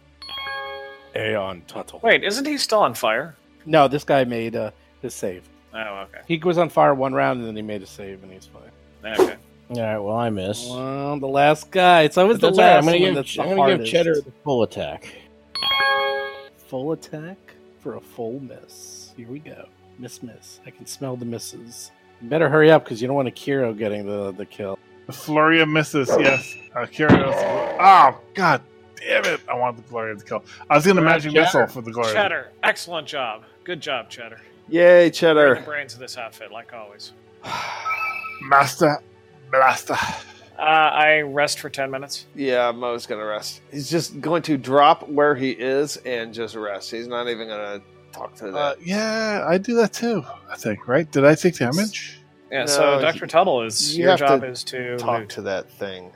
Aeon Tuttle.
Wait, isn't he still on fire?
No, this guy made uh, his save.
Oh, okay,
He was on fire one round and then he made a save and he's fine.
okay.
All right. Well, I missed.
Well, the last guy. It's always
But
the
that's all right,
last
I'm gonna
one
give,
that's the
I'm gonna give
hardest.
Cheddar the full attack.
full attack for a full miss. Here we go. Miss, miss. I can smell the misses. You better hurry up because you don't want Akiro getting the, the kill.
The flurry of misses. Yes. Uh, Kyrios. Oh, God damn it. I want the Glorian to kill. I was going to
Right,
magic
Cheddar.
missile for the Glorian.
Cheddar, excellent job. Good job, Cheddar.
Yay,
You're the
Cheddar.
brains of this outfit, like always.
(sighs) Master. Blaster.
Uh, I rest for 10 minutes.
Yeah, Mo's gonna rest. He's just going to drop where he is and just rest. He's not even gonna talk to that.
Uh, yeah, I do that too, I think, right? Did I take damage?
Yeah,
No,
so
he-
Dr. Tuttle is,
Uh, you
your
have
job
to
is to.
talk
loot.
to that thing.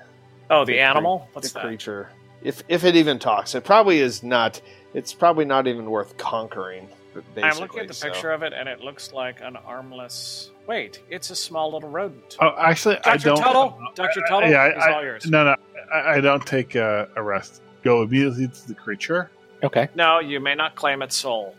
oh, the,
the cre-
animal? What's
the
that?
creature. If if it even talks, it probably is not. It's probably not even worth conquering. but Basically,
I'm looking at the
so-
picture of it, and it looks like an armless. Wait, it's a small little rodent.
Oh, actually, I
Dr.
don't.
Tuttle, Dr. Tuttle
yeah, I-
is all yours.
No, no, I, I don't take uh, a rest. Go immediately to the creature.
Okay.
No, you may not claim its soul.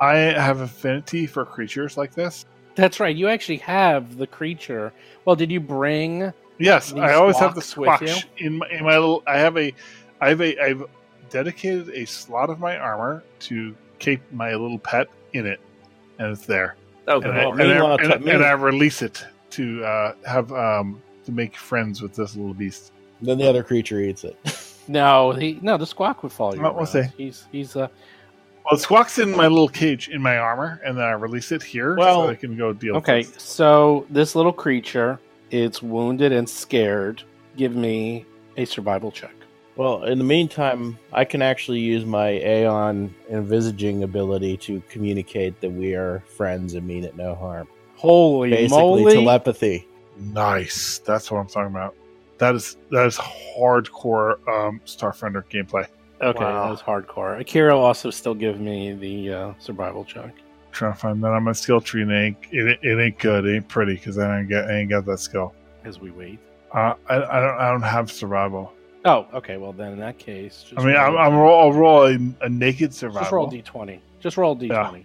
I have affinity for creatures like this.
That's right. You actually have the creature. Well, did you bring.
Yes,
These
I always have the
blocks with
squash in my, in my little. I have a, I have a, I've dedicated a slot of my armor to keep my little pet in it, and it's there.
Oh,
And,
good
I,
lord.
and, I-
meanwhile,
and I,
to me-
and I release it to uh, have um, to make friends with this little beast.
Then the other creature eats it. (laughs)
No, he, no, the squawk would follow you.
Uh, Well, we'll
around.
see.
He's, he's, uh,
Well, it squawks in my little cage in my armor, and then I release it here
Well,
so I can go deal.
Okay,
with this.
so this little creature, it's wounded and scared. Give me a survival check.
Well, in the meantime, I can actually use my Aeon envisaging ability to communicate that we are friends and mean it no harm.
Holy
Basically,
moly!
telepathy.
Nice. That's what I'm talking about. That is that is hardcore um, Starfinder gameplay.
okay,
Wow.
that was hardcore. Akira also still give me the uh, survival check.
Trying to find that on my skill tree, and it ain't, it, it ain't good. It ain't pretty because I ain't get I ain't got that skill.
As we wait.
Uh, I, I don't I don't have survival.
Oh, okay. Well, then in that case, just
I mean, I'm,
roll,
I'm roll, I'll roll a, a naked survival.
just roll d twenty. Just roll d twenty.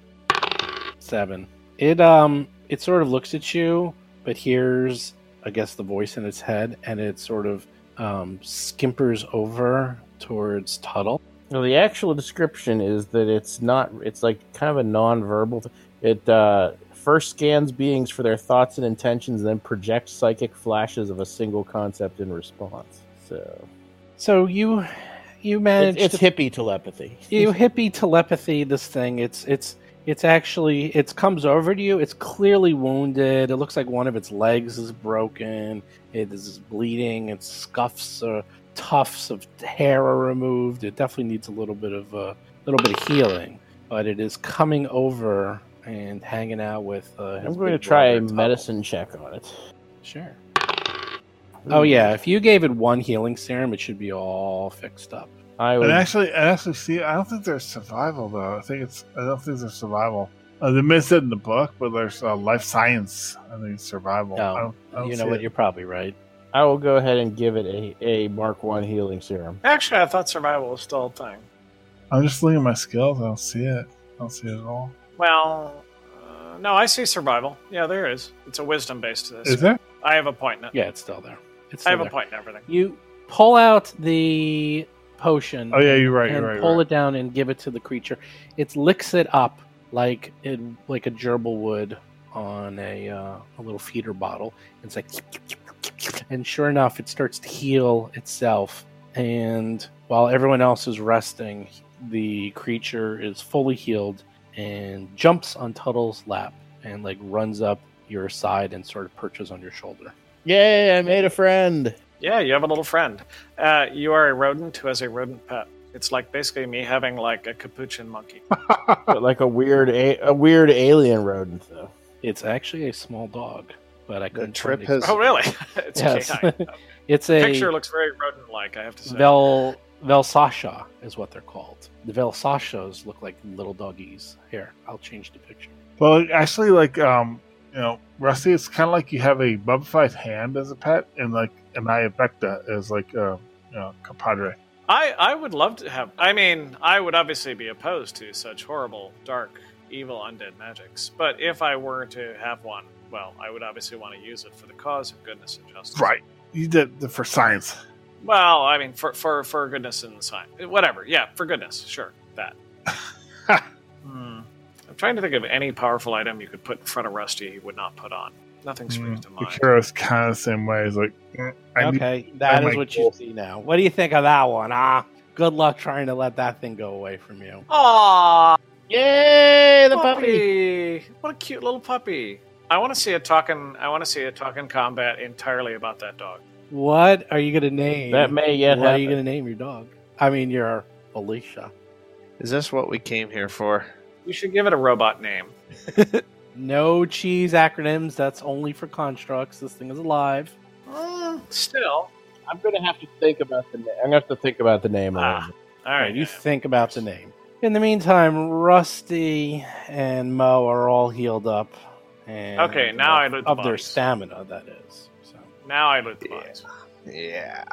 Seven. It um, it sort of looks at you, but hears I guess the voice in its head, and it sort of um, skimpers over towards Tuttle.
Well, the actual description is that it's not. It's like kind of a non-verbal. Th- it uh, first scans beings for their thoughts and intentions, then projects psychic flashes of a single concept in response. So
So you you
it's,
managed
it's
to,
hippie telepathy.
you hippie telepathy this thing. It's it's it's actually it's comes over to you. It's clearly wounded. It looks like one of its legs is broken. It is bleeding. Its scuffs or tufts of hair are removed. It definitely needs a little bit of a little bit of healing, but it is coming over and hanging out with. Uh, his
I'm going to
big
try a
brother, Tuttle.
medicine check on it.
Sure. Oh yeah, if you gave it one healing serum, it should be all fixed up.
I
And
would.
actually, and actually, see, I don't think there's survival though. I think it's I don't think there's survival. Uh, they missed it in the book, but there's uh, life science. I think it's survival.
No.
I don't, I don't
Oh, You know
see
what?
it.
You're probably right.
I will go ahead and give it a, a Mark One healing serum.
Actually, I thought survival was still a thing.
I'm just looking at my skills. I don't see it. I don't see it at all.
Well, uh, no, I see survival. Yeah, there is. It's a wisdom based to this.
Is there?
I have a point. In it.
Yeah, it's still there. It's still
I have
there.
a point in everything.
You pull out the potion
Oh yeah, you're right.
and
You're right.
pull
you're right.
it down and give it to the creature. It licks it up like it like a gerbil would on a uh, a little feeder bottle. It's like, and sure enough, it starts to heal itself. And while everyone else is resting, the creature is fully healed and jumps on Tuttle's lap and like runs up your side and sort of perches on your shoulder.
Yay! I made a friend.
Yeah, you have a little friend. Uh, you are a rodent who has a rodent pet. It's like basically me having like a
(laughs)
capuchin monkey.
But like a weird a, a weird alien rodent though.
It's actually a small dog, but I couldn't
trip
find the
has-
Oh, really? (laughs) it's
Yes.
(laughs)
canine. The
It's a
picture looks very rodent-like. I have to say.
Vel Velsasha is what they're called. The Velsashas look like little doggies. Here, I'll change the picture.
Well, actually, like um, you know, Rusty, it's kind of like you have a mummified hand as a pet, and like an iabecta as like a you know, compadre.
I I would love to have. I mean, I would obviously be opposed to such horrible, dark, evil, undead magics. But if I were to have one, well, I would obviously want to use it for the cause of goodness and justice.
Right. You did the for science.
Well, I mean, for for for goodness and science, whatever. Yeah, for goodness, sure. That. Hmm. I'm trying to think of any powerful item you could put in front of Rusty he would not put on. Nothing springs to mind.
Akira's kind of the same way. He's like, "Mm, I need
okay, that
I
is
might
what
go.
you see now. What do you think of that one? Ah, good luck trying to let that thing go away from you.
Aww,
Yay, the puppy!
puppy. What a cute little puppy. I want to see it talking. I want to see it talking combat entirely about that dog.
What are you gonna name?
That may yet
what are
happen.
you gonna name your dog? I mean, your Alicia.
Is this what we came here for?
You should give it a robot name.
No cheese acronyms. That's only for constructs. This thing is alive.
Still,
I'm going to have to think about the name. I'm going to have to think about the name.
Ah.
of it.
all right.
Um, you think about the name. In the meantime, Rusty and Mo are all healed up. And
Okay, now I loot the
of their
bodies.
stamina. That is. So
now I loot the box.
Yeah.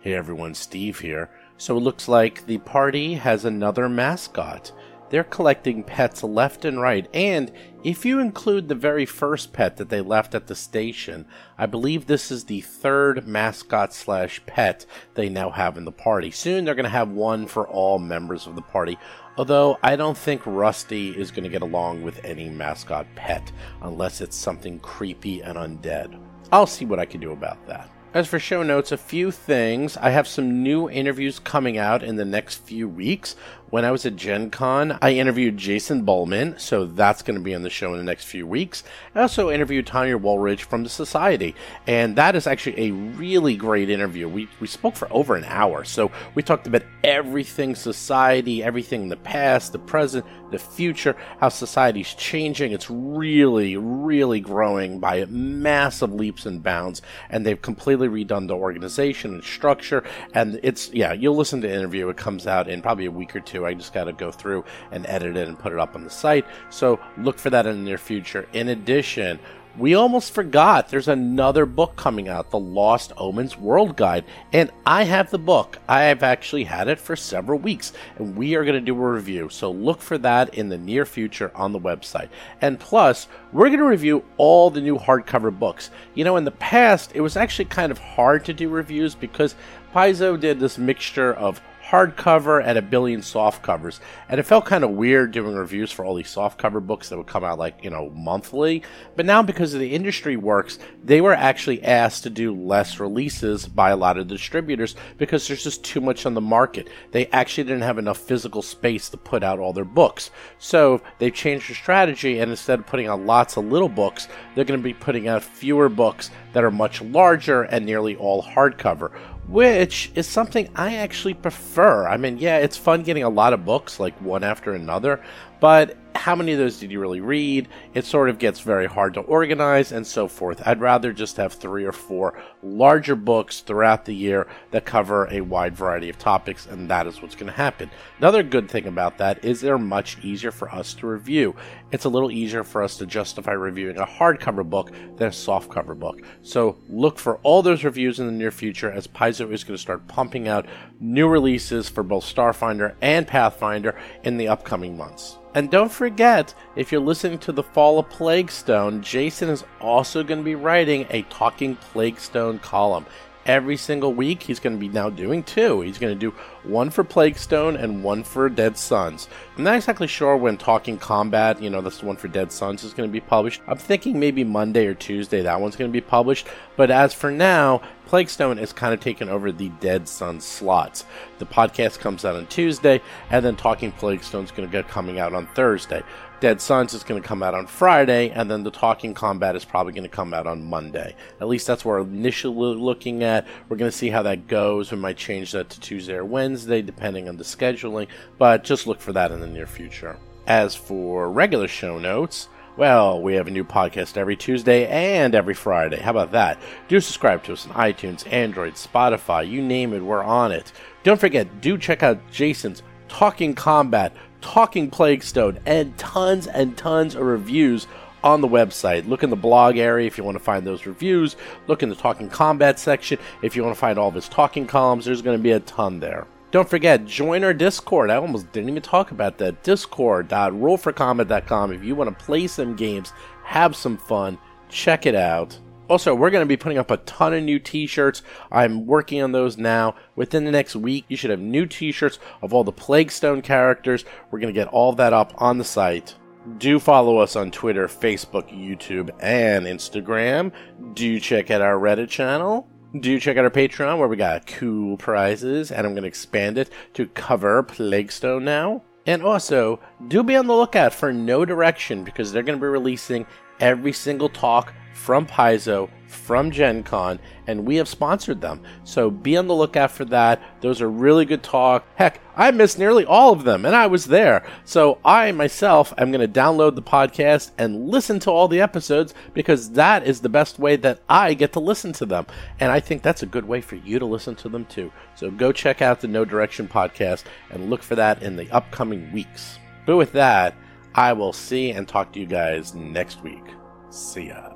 Hey everyone, Steve here. So it looks like the party has another mascot. They're collecting pets left and right, and if you include the very first pet that they left at the station, I believe this is the third mascot slash pet they now have in the party. Soon they're going to have one for all members of the party, although I don't think Rusty is going to get along with any mascot pet unless it's something creepy and undead. I'll see what I can do about that. As for show notes, a few things. I have some new interviews coming out in the next few weeks. When I was at Gen Con, I interviewed Jason Bullman, so that's going to be on the show in the next few weeks. I also interviewed Tanya Walridge from the Society, and that is actually a really great interview. We, we spoke for over an hour, so we talked about everything society, everything in the past, the present, the future, how society's changing. It's really, really growing by massive leaps and bounds, and they've completely redone the organization and structure. And it's, yeah, you'll listen to the interview. It comes out in probably a week or two. I just got to go through and edit it and put it up on the site. So look for that in the near future. In addition, we almost forgot there's another book coming out, The Lost Omens World Guide. And I have the book. I have actually had it for several weeks, and we are going to do a review. So look for that in the near future on the website. And plus, we're going to review all the new hardcover books. You know, in the past, it was actually kind of hard to do reviews because Paizo did this mixture of hardcover and a billion soft covers. And it felt kind of weird doing reviews for all these soft cover books that would come out like, you know, monthly. But now because of the industry works, they were actually asked to do less releases by a lot of distributors because there's just too much on the market. They actually didn't have enough physical space to put out all their books. So they've changed their strategy and instead of putting out lots of little books, they're going to be putting out fewer books that are much larger and nearly all hardcover which is something I actually prefer. I mean, yeah, it's fun getting a lot of books, like one after another, but how many of those did you really read? It sort of gets very hard to organize and so forth. I'd rather just have three or four larger books throughout the year that cover a wide variety of topics, and that is what's going to happen. Another good thing about that is they're much easier for us to review. It's a little easier for us to justify reviewing a hardcover book than a softcover book. So look for all those reviews in the near future as Paizo is going to start pumping out new releases for both Starfinder and Pathfinder in the upcoming months. And don't forget, if you're listening to The Fall of Plague Stone, Jason is also going to be writing a Talking Plague Stone column. Every single week, he's going to be now doing two. He's going to do one for Plague Stone and one for Dead Sons. I'm not exactly sure when Talking Combat, you know, that's the one for Dead Sons, is going to be published. I'm thinking maybe Monday or Tuesday that one's going to be published. But as for now, Plague Stone is kind of taken over the Dead Sun slots. The podcast comes out on Tuesday, and then Talking Plague Stone's going to get coming out on Thursday. Dead Sons is going to come out on Friday, and then the Talking Combat is probably going to come out on Monday. At least that's what we're initially looking at. We're going to see how that goes. We might change that to Tuesday or Wednesday, depending on the scheduling, but just look for that in the near future. As for regular show notes, well, we have a new podcast every Tuesday and every Friday. How about that? Do subscribe to us on iTunes, Android, Spotify, you name it, we're on it. Don't forget, do check out Jason's Talking Combat, Talking Plague Stone, and tons and tons of reviews on the website. Look in the blog area if you want to find those reviews. Look in the Talking Combat section if you want to find all of his talking columns. There's going to be a ton there. Don't forget, join our Discord. I almost didn't even talk about that. Discord.rollforcombat.com. If you want to play some games, have some fun, check it out. Also, we're going to be putting up a ton of new t shirts. I'm working on those now. Within the next week, you should have new t shirts of all the Plague Stone characters. We're going to get all that up on the site. Do follow us on Twitter, Facebook, YouTube, and Instagram. Do check out our Reddit channel. Do check out our Patreon where we got cool prizes, and I'm going to expand it to cover Plague Stone now. And also, do be on the lookout for No Direction because they're going to be releasing every single talk from Paizo, from Gen Con, and we have sponsored them. So be on the lookout for that. Those are really good talk. Heck, I missed nearly all of them, and I was there. So I myself am going to download the podcast and listen to all the episodes because that is the best way that I get to listen to them. And I think that's a good way for you to listen to them too. So go check out the No Direction podcast and look for that in the upcoming weeks. But with that, I will see and talk to you guys next week. See ya.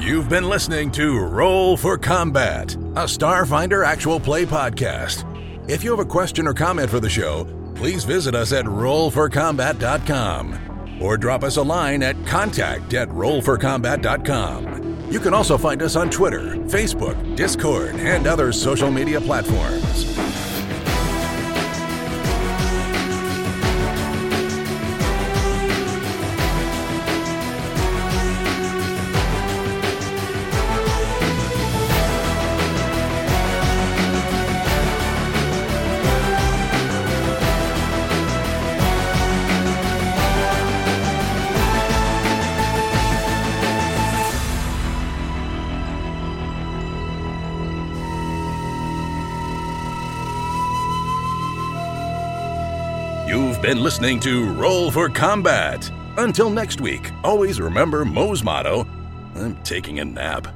You've been listening to Roll for Combat, a Starfinder actual play podcast. If you have a question or comment for the show, please visit us at rollforcombat.com or drop us a line at contact at rollforcombat.com. You can also find us on Twitter, Facebook, Discord, and other social media platforms. You've been listening to Roll for Combat. Until next week, always remember Moe's motto I'm taking a nap.